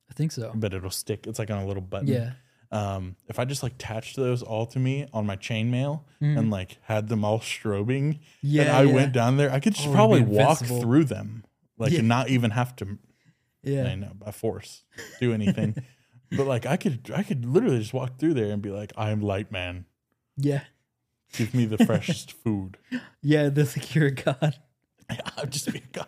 B: I think so.
A: but it'll stick. It's like on a little button.
B: Yeah,
A: Um, if I just like attached those all to me on my chainmail and like had them all strobing, and
B: Mm. Yeah,
A: I
B: yeah.
A: went down there, I could just
B: Oh, you'd be
A: probably walk
B: invincible.
A: through them, like
B: Yeah.
A: and not even have to I
B: yeah.
A: know by force do anything. but like I could I could literally just walk through there and be like, I am light man.
B: Yeah.
A: Give me the freshest food.
B: Yeah. They're like, you're a god.
A: I'll just be a god.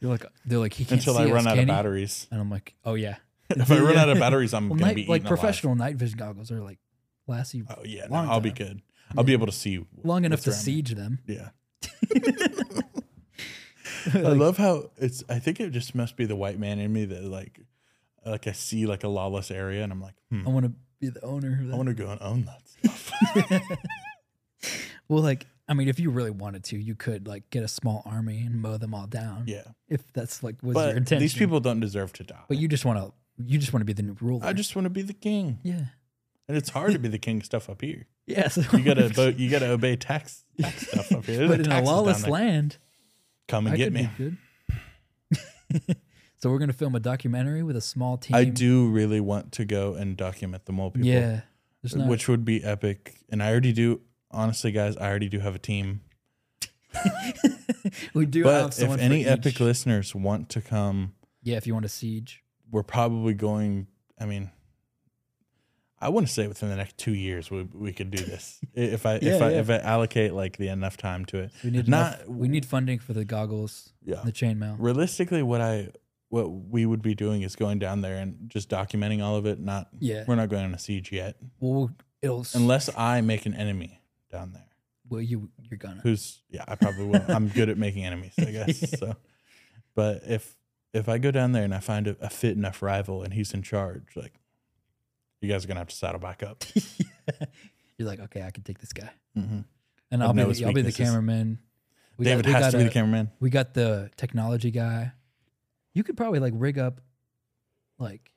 B: They're like, they're like, he can't
A: Until
B: see
A: I
B: us,
A: run out
B: can
A: of
B: he?
A: batteries.
B: And I'm like, oh yeah.
A: If I run out of batteries, I'm
B: Well,
A: gonna
B: night,
A: be
B: like
A: eaten alive.
B: professional night vision goggles are like last you
A: Oh yeah, no,
B: long
A: I'll be
B: time.
A: good. I'll be able to see you
B: long enough
A: what's
B: to
A: around me.
B: siege them.
A: Yeah. I love how it's I think it just must be the white man in me that like like I see like a lawless area and I'm like, hmm,
B: I want to be the owner. Of
A: I
B: that.
A: want to go and own that stuff.
B: well, like, I mean, if you really wanted to, you could like get a small army and mow them all down.
A: yeah.
B: If that's like was your
A: But
B: intention.
A: these people don't deserve to die.
B: But you just want to. You just want to be the new ruler.
A: I just want to be the king.
B: Yeah.
A: And it's hard to be the king of stuff up here.
B: Yeah. So
A: You gotta bo- you gotta obey tax, tax stuff up here. There's
B: but in a
A: taxes down
B: lawless
A: there.
B: land,
A: come and
B: I
A: get
B: could
A: me.
B: be good. so we're gonna film a documentary with a small team.
A: I do really want to go and document the mole people.
B: Yeah. There's not.
A: which would be epic. And I already do. Honestly, guys, I already do have a team.
B: we do have
A: But
B: someone
A: if
B: for
A: any
B: each-
A: epic listeners want to come,
B: yeah, if you want a siege,
A: we're probably going. I mean, I want to say within the next two years we we could do this I- if I if
B: Yeah,
A: I
B: yeah.
A: if I allocate like the enough time to it.
B: we need
A: not
B: enough, we need funding for the goggles,
A: yeah.
B: the chainmail.
A: Realistically, what I what we would be doing is going down there and just documenting all of it. Not
B: Yeah.
A: we're not going on a siege yet
B: Well, it'll s-
A: unless I make an enemy down there.
B: well you you're gonna.
A: who's yeah i probably will i'm good at making enemies i guess so but if if i go down there and i find a, a fit enough rival and he's in charge like you guys are gonna have to saddle back up
B: You're like, okay, I can take this guy,
A: Mhm.
B: and
A: I
B: I'll be
A: know
B: the,
A: his
B: I'll be the
A: weaknesses.
B: cameraman. We got-
A: david
B: we
A: has to be
B: got
A: the
B: a-
A: cameraman
B: We got the technology guy. You could probably like rig up, like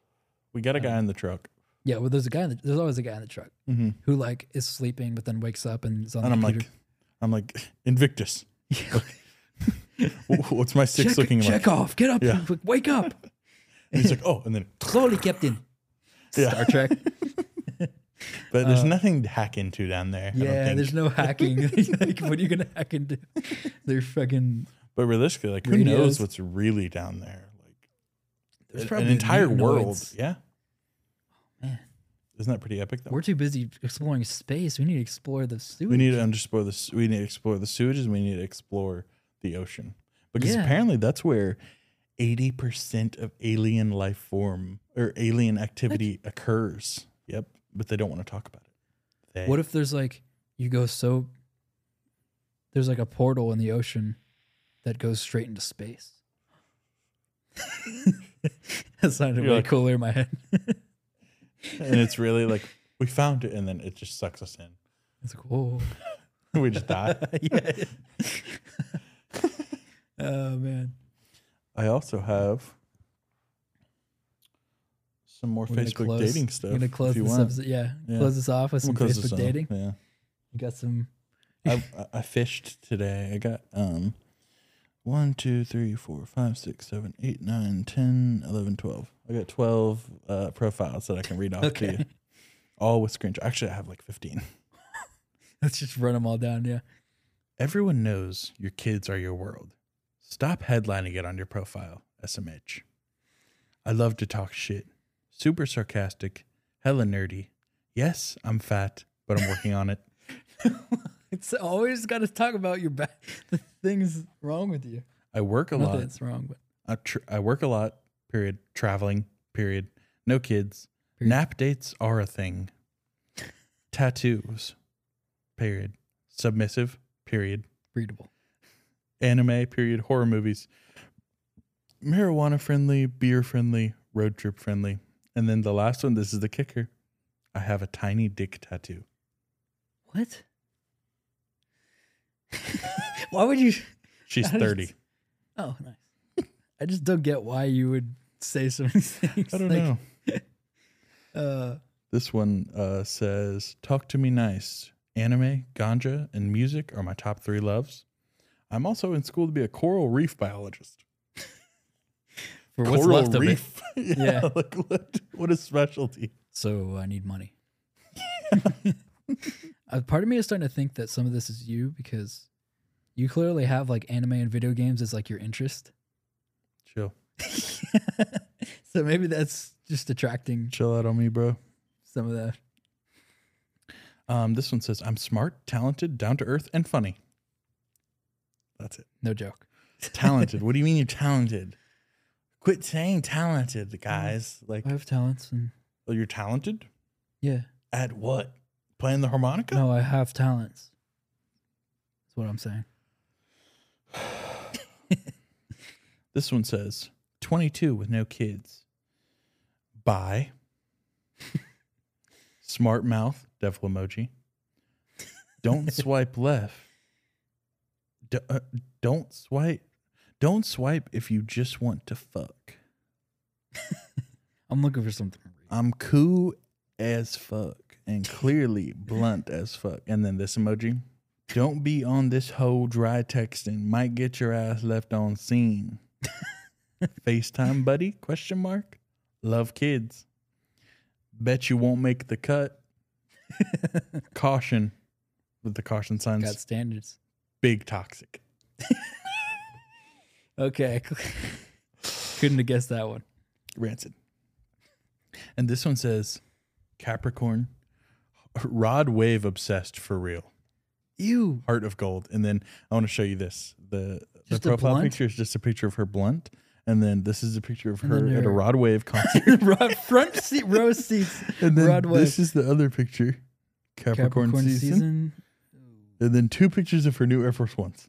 A: we got a guy in the truck
B: yeah. Well, there's a guy. In the, there's always a guy in the truck
A: hmm
B: who like is sleeping, but then wakes up and is on.
A: and
B: the
A: i'm like
B: computer.
A: i'm like invictus Wh- what's my six
B: check,
A: looking like
B: check off, get up,
A: Yeah.
B: wake up,
A: and he's like oh and then
B: slowly, Captain.
A: Yeah.
B: Star Trek.
A: but there's nothing to hack into down there I don't
B: Uh, Yeah,
A: think.
B: there's no hacking. like, what are you gonna hack into? They're fucking.
A: but realistically like who
B: Radios.
A: knows what's really down there like an-
B: There's
A: an
B: probably
A: entire world
B: mutanoids.
A: yeah
B: Man.
A: isn't that pretty epic though
B: We're too busy exploring space. We need to explore the sewage.
A: We need to explore the s- we need to explore the sewages. and We need to explore the ocean because
B: Yeah.
A: apparently that's where eighty percent of alien life form or alien activity occurs. Yep, but they don't want to talk about it. They-
B: What if there's like you go so there's like a portal in the ocean that goes straight into space. that sounded
A: You're
B: way
A: like-
B: cooler in my head.
A: and it's really like we found it, and then it just sucks us in.
B: It's like, whoa.
A: We just die.
B: Oh man.
A: I also have some more
B: gonna
A: Facebook
B: close-
A: dating
B: We're
A: stuff.
B: gonna close
A: if you
B: this
A: want.
B: episode. Yeah,
A: Yeah.
B: Close this off with
A: We'll
B: some
A: close this
B: Facebook
A: off,
B: dating.
A: Yeah.
B: You got some
A: I, I- I fished today. I got um one, two, three, four, five, six, seven, eight, nine, ten, eleven, twelve. I got twelve uh, profiles that I can read off to you.
B: Okay.
A: All with screenshot. Actually, I have like fifteen.
B: let's just run them all down, yeah.
A: Everyone knows your kids are your world. Stop headlining it on your profile, SMH. I love to talk shit. Super sarcastic, hella nerdy. Yes, I'm fat, but I'm working on it.
B: It's always gotta talk about your back the things wrong with you.
A: I work a
B: Not
A: lot.
B: that it's wrong, but
A: I, tr- I work a lot, period. Traveling, period. No kids. Nap dates are a thing. Tattoos, period. Submissive, period.
B: readable.
A: Anime, period. Horror movies. Marijuana friendly, beer friendly, road trip friendly. And then the last one, this is the kicker. I have a tiny dick tattoo.
B: What? why would you?
A: She's
B: How does-
A: 30.
B: Oh, nice. I just don't get why you would say some of these things.
A: I don't
B: Like,
A: know.
B: Uh,
A: This one uh, says, Talk to me nice. Anime, ganja, and music are my top three loves. I'm also in school to be a coral reef biologist.
B: for what's left of it.
A: yeah.
B: Yeah.
A: Like, what, what a specialty.
B: So I need money. uh, part of me is starting to think that some of this is you because you clearly have like anime and video games as like your interest.
A: Chill.
B: So maybe that's just attracting
A: Chill out on me, bro.
B: some of that.
A: Um, this one says, I'm smart, talented, down to earth, and funny. That's it.
B: No joke.
A: Talented. what do you mean you're talented? Quit saying talented, guys. Like,
B: I have talents and
A: oh, you're talented?
B: yeah.
A: At what? Playing the harmonica?
B: No, I have talents. That's what I'm saying.
A: This one says 22 with no kids. Bye. Smart mouth, devil emoji. Don't swipe left. D- uh, don't swipe. Don't swipe if you just want to fuck.
B: I'm looking for something.
A: I'm cool as fuck and clearly blunt as fuck. And then this emoji. Don't be on this whole dry texting. Might get your ass left on scene. FaceTime buddy? Question mark. Love kids. Bet you won't make the cut. Caution with the caution signs.
B: Got standards.
A: big toxic.
B: Okay. Couldn't have guessed that one.
A: Rancid. And this one says Capricorn, rod wave obsessed for real,
B: Ew.
A: heart of gold. And then I want to show you this. The, the
B: Just a
A: profile
B: blunt?
A: picture is just a picture of her blunt. And then this is a picture of
B: And
A: her
B: then
A: at a
B: her-
A: rod wave concert.
B: Rod, front seat, row seats.
A: and then
B: Rod wave.
A: this is the other picture Capricorn, season. And then two pictures of her new Air Force Ones.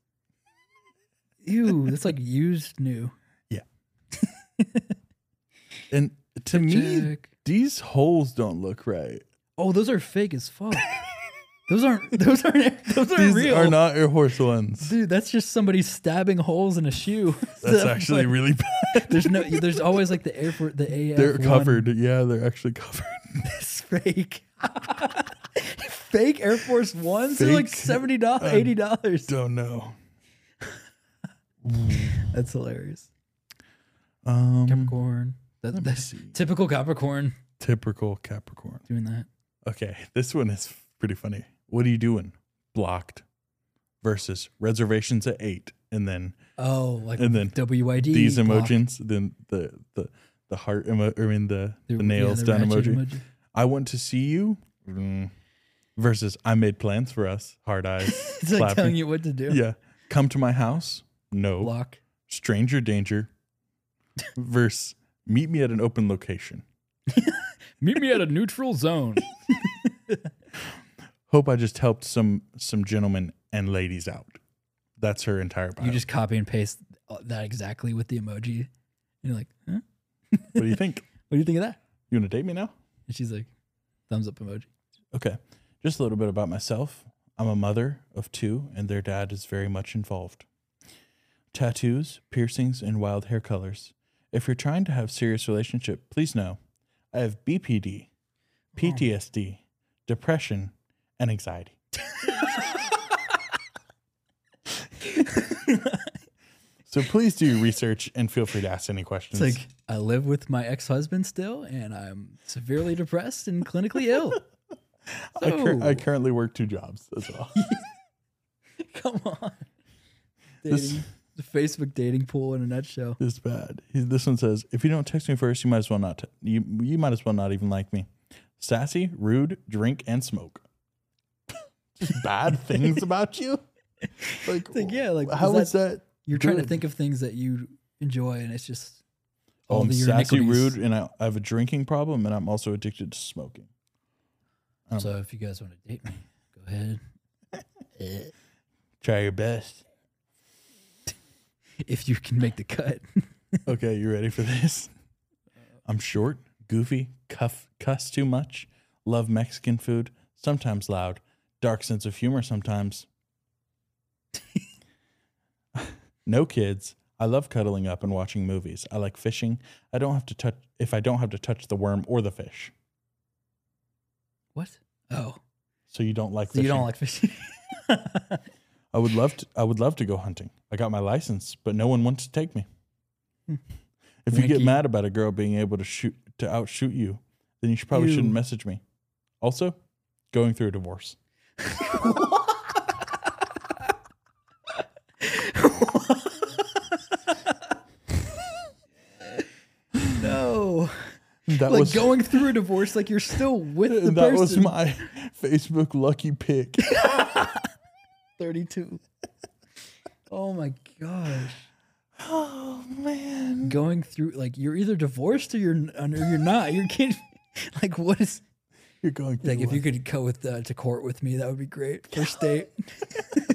B: Ew, that's like used new.
A: And to me,
B: Check.
A: these holes don't look right.
B: Oh, those are fake as fuck. those aren't. Those aren't. Those aren't
A: These
B: real.
A: are not Air Force Ones.
B: Dude, that's just somebody stabbing holes in a shoe.
A: That's
B: So,
A: actually
B: like,
A: really bad.
B: There's no. There's always like the airport. The AF.
A: They're covered. Yeah, they're actually covered.
B: It's fake. fake Air Force Ones. They're like
A: Fake,
B: seventy dollars, eighty dollars.
A: Don't know.
B: That's hilarious.
A: Um,
B: Capricorn. That, that's typical Capricorn
A: typical Capricorn.
B: doing that.
A: Okay, this one is pretty funny. What are you doing? Blocked versus reservations at eight, and then
B: Oh, like
A: And then
B: WYD.
A: these
B: block.
A: emojis, then the the the heart emo- I mean the
B: The-
A: the nails
B: yeah, the
A: down
B: ratchet
A: emoji. I want to see you. mm, Versus I made plans for us. Hard eyes.
B: It's like
A: clapping.
B: telling you what to do.
A: Yeah. Come to my house. No.
B: Block.
A: Stranger danger. versus meet me at an open location.
B: Meet me at a neutral zone.
A: hope I just helped some some gentlemen and ladies out. That's her entire bio.
B: you just copy and paste that exactly with the emoji. And you're like, huh?
A: what do you think?
B: What do you think of that?
A: You want to date me now?
B: And she's like, thumbs up emoji.
A: Okay. Just a little bit about myself. I'm a mother of two, and their dad is very much involved. Tattoos, piercings, and wild hair colors. If you're trying to have serious relationship, please know I have BPD, PTSD, depression, and anxiety. so please do your research and feel free to ask any questions.
B: It's like, I live with my ex husband still, and I'm severely depressed and clinically ill.
A: I, cur- I
B: Oh.
A: currently work two jobs as well.
B: Come on.
A: This-
B: Dating, the Facebook dating pool in a nutshell.
A: This is bad. He- This one says, "If you don't text me first, you might as well not. Te- you you might as well not even like me. Sassy, rude, drink and smoke. Just bad things about you. Like,
B: Like, yeah, like,
A: how
B: is
A: is that?
B: You're trying to
A: good?
B: think of things that you enjoy, and it's just
A: Oh,
B: all
A: I'm
B: the
A: sassy,
B: uniquities.
A: rude, and I, I have a drinking problem, and I'm also addicted to smoking.
B: So if you guys want to date me, go ahead.
A: Try your best.
B: If you can make the cut.
A: okay, you ready for this? I'm short, goofy, cuff, cuss too much, love Mexican food, sometimes loud, dark sense of humor sometimes. no kids. I love cuddling up and watching movies. I like fishing. I don't have to touch if I don't have to touch the worm or the fish.
B: What? Oh,
A: So you don't like
B: so you
A: fishing.
B: don't like fishing?
A: I would love to I would love to go hunting. I got my license, but no one wants to take me.
B: Hmm.
A: If you get
B: Wanky.
A: mad about a girl being able to shoot to outshoot you, then you should probably
B: Ew.
A: shouldn't message me. Also, going through a divorce.
B: no.
A: That
B: Like
A: was
B: going through a divorce, like you're still with the
A: that
B: person.
A: was my Facebook lucky pick.
B: 32. Oh my gosh.
A: oh man.
B: Going through, like, you're either divorced or you're, n- or you're not. You're kidding. Like, what is.
A: You're going through
B: Like if
A: what?
B: you could go with uh, to court with me, that would be great. First date. if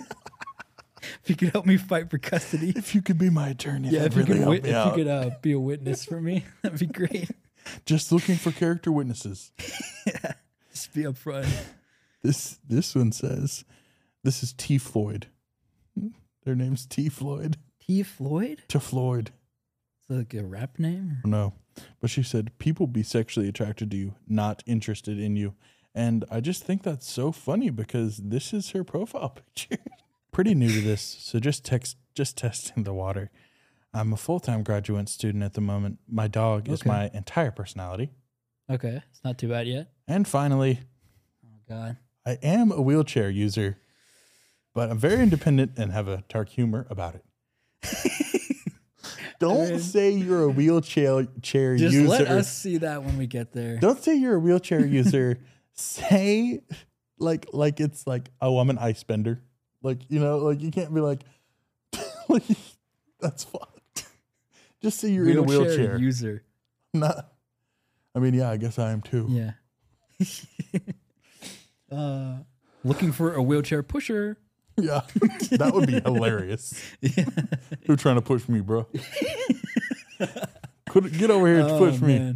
B: you could help me fight for custody.
A: if you could be my attorney,
B: Yeah,
A: that'd
B: if you
A: really
B: could,
A: help
B: wit-
A: me
B: if you
A: out.
B: could uh, be a witness for me, that'd be great.
A: Just looking for character witnesses.
B: Just be upfront.
A: This this one says this is T Floyd. Hmm. Their name's T Floyd.
B: T. Floyd?
A: To Floyd.
B: It's like a rap name.
A: No. But she said, people be sexually attracted to you, not interested in you. And I just think that's so funny because this is her profile picture. Pretty new to this, so just text just testing the water. I'm a full time graduate student at the moment. My dog is
B: Okay.
A: my entire personality.
B: Okay, it's not too bad yet. Oh
A: And finally,
B: God.
A: I am a wheelchair user, but I'm very independent and have a dark humor about it. Don't say you're a wheelchair chair
B: Just
A: user.
B: let us see that when we get there.
A: Don't say you're a wheelchair user. say like like it's like oh I'm an ice bender. Like you know like you can't be like, like that's fucked. Just say you're in a wheelchair.
B: user.
A: Not. I mean yeah I guess I am too.
B: Yeah. uh, looking for a wheelchair pusher.
A: Yeah, that would be hilarious. Who trying to push me, bro? Could get over here to push me.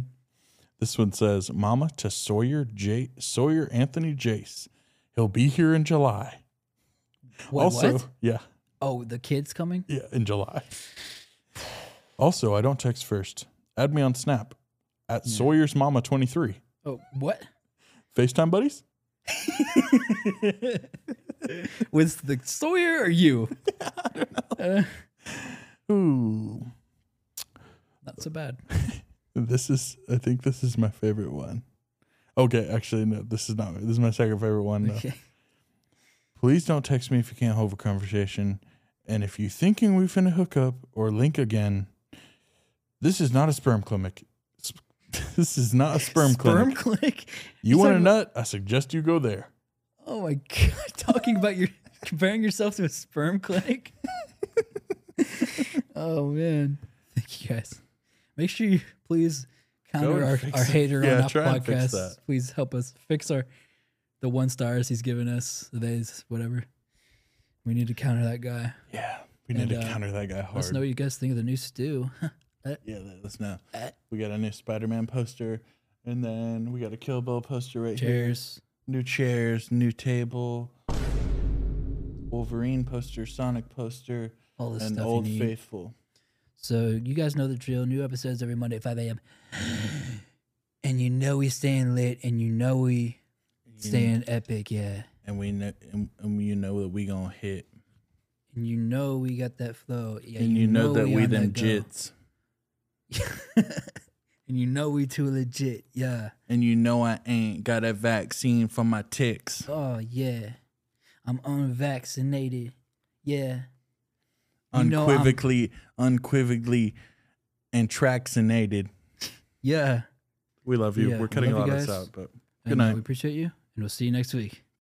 A: This one says, "Mama to Sawyer J Sawyer Anthony Jace. He'll be here in July."
B: Wait,
A: also,
B: what?
A: yeah,
B: Oh, the kid's coming?
A: yeah, in July. Also, I don't text first. Add me on Snap at Sawyer's Mama twenty three.
B: Oh, what?
A: FaceTime buddies.
B: Was the Sawyer or you?
A: Ooh,
B: Not so bad.
A: this is. I think this is my favorite one. Okay, actually, no, this is not. This is my second favorite one. though.
B: Okay.
A: Please don't text me if you can't hold a conversation. And if you thinking we finna hook up or link again, this is not a sperm clinic. Sp- This is not a sperm,
B: Sperm
A: clinic.
B: clinic?
A: You
B: He's
A: want a
B: talking-
A: nut? I suggest you go there.
B: Oh my god! Talking about your comparing yourself to a sperm clinic. oh man! Thank you guys. Make sure you please
A: Go
B: counter
A: and
B: our,
A: fix
B: our
A: it.
B: hater
A: Yeah,
B: on our
A: try and fix
B: podcast.
A: that.
B: Please help us fix our the one stars he's given us. The days, whatever. We need to counter that guy.
A: Yeah, we need to
B: And, uh,
A: counter that guy hard.
B: Let us know what you guys think of the new stew.
A: yeah, let us know.
B: Uh,
A: We got a new Spider-Man poster, and then we got a Kill Bill poster right here.
B: Cheers.
A: New chairs, new table, Wolverine poster, Sonic poster,
B: All this
A: and
B: stuff you
A: Old
B: need.
A: Faithful.
B: So you guys know the drill. New episodes every Monday at 5 a.m. And you know we staying lit, and you know we staying epic, yeah.
A: And we know, and, and you know that we gonna hit.
B: And you know we got that flow, yeah.
A: and you know, that we
B: on
A: them
B: go.
A: jits.
B: and you know we too legit, yeah.
A: And you know I ain't got a vaccine for my ticks.
B: Oh yeah, I'm unvaccinated, yeah. You know I'm-
A: Unquivocally, unquivocally, and traxinated.
B: yeah.
A: We love you.
B: Yeah,
A: We're
B: we
A: cutting a lot
B: love you
A: of this
B: guys.
A: out, but
B: And,
A: good
B: uh,
A: night.
B: We appreciate you, and we'll see you next week.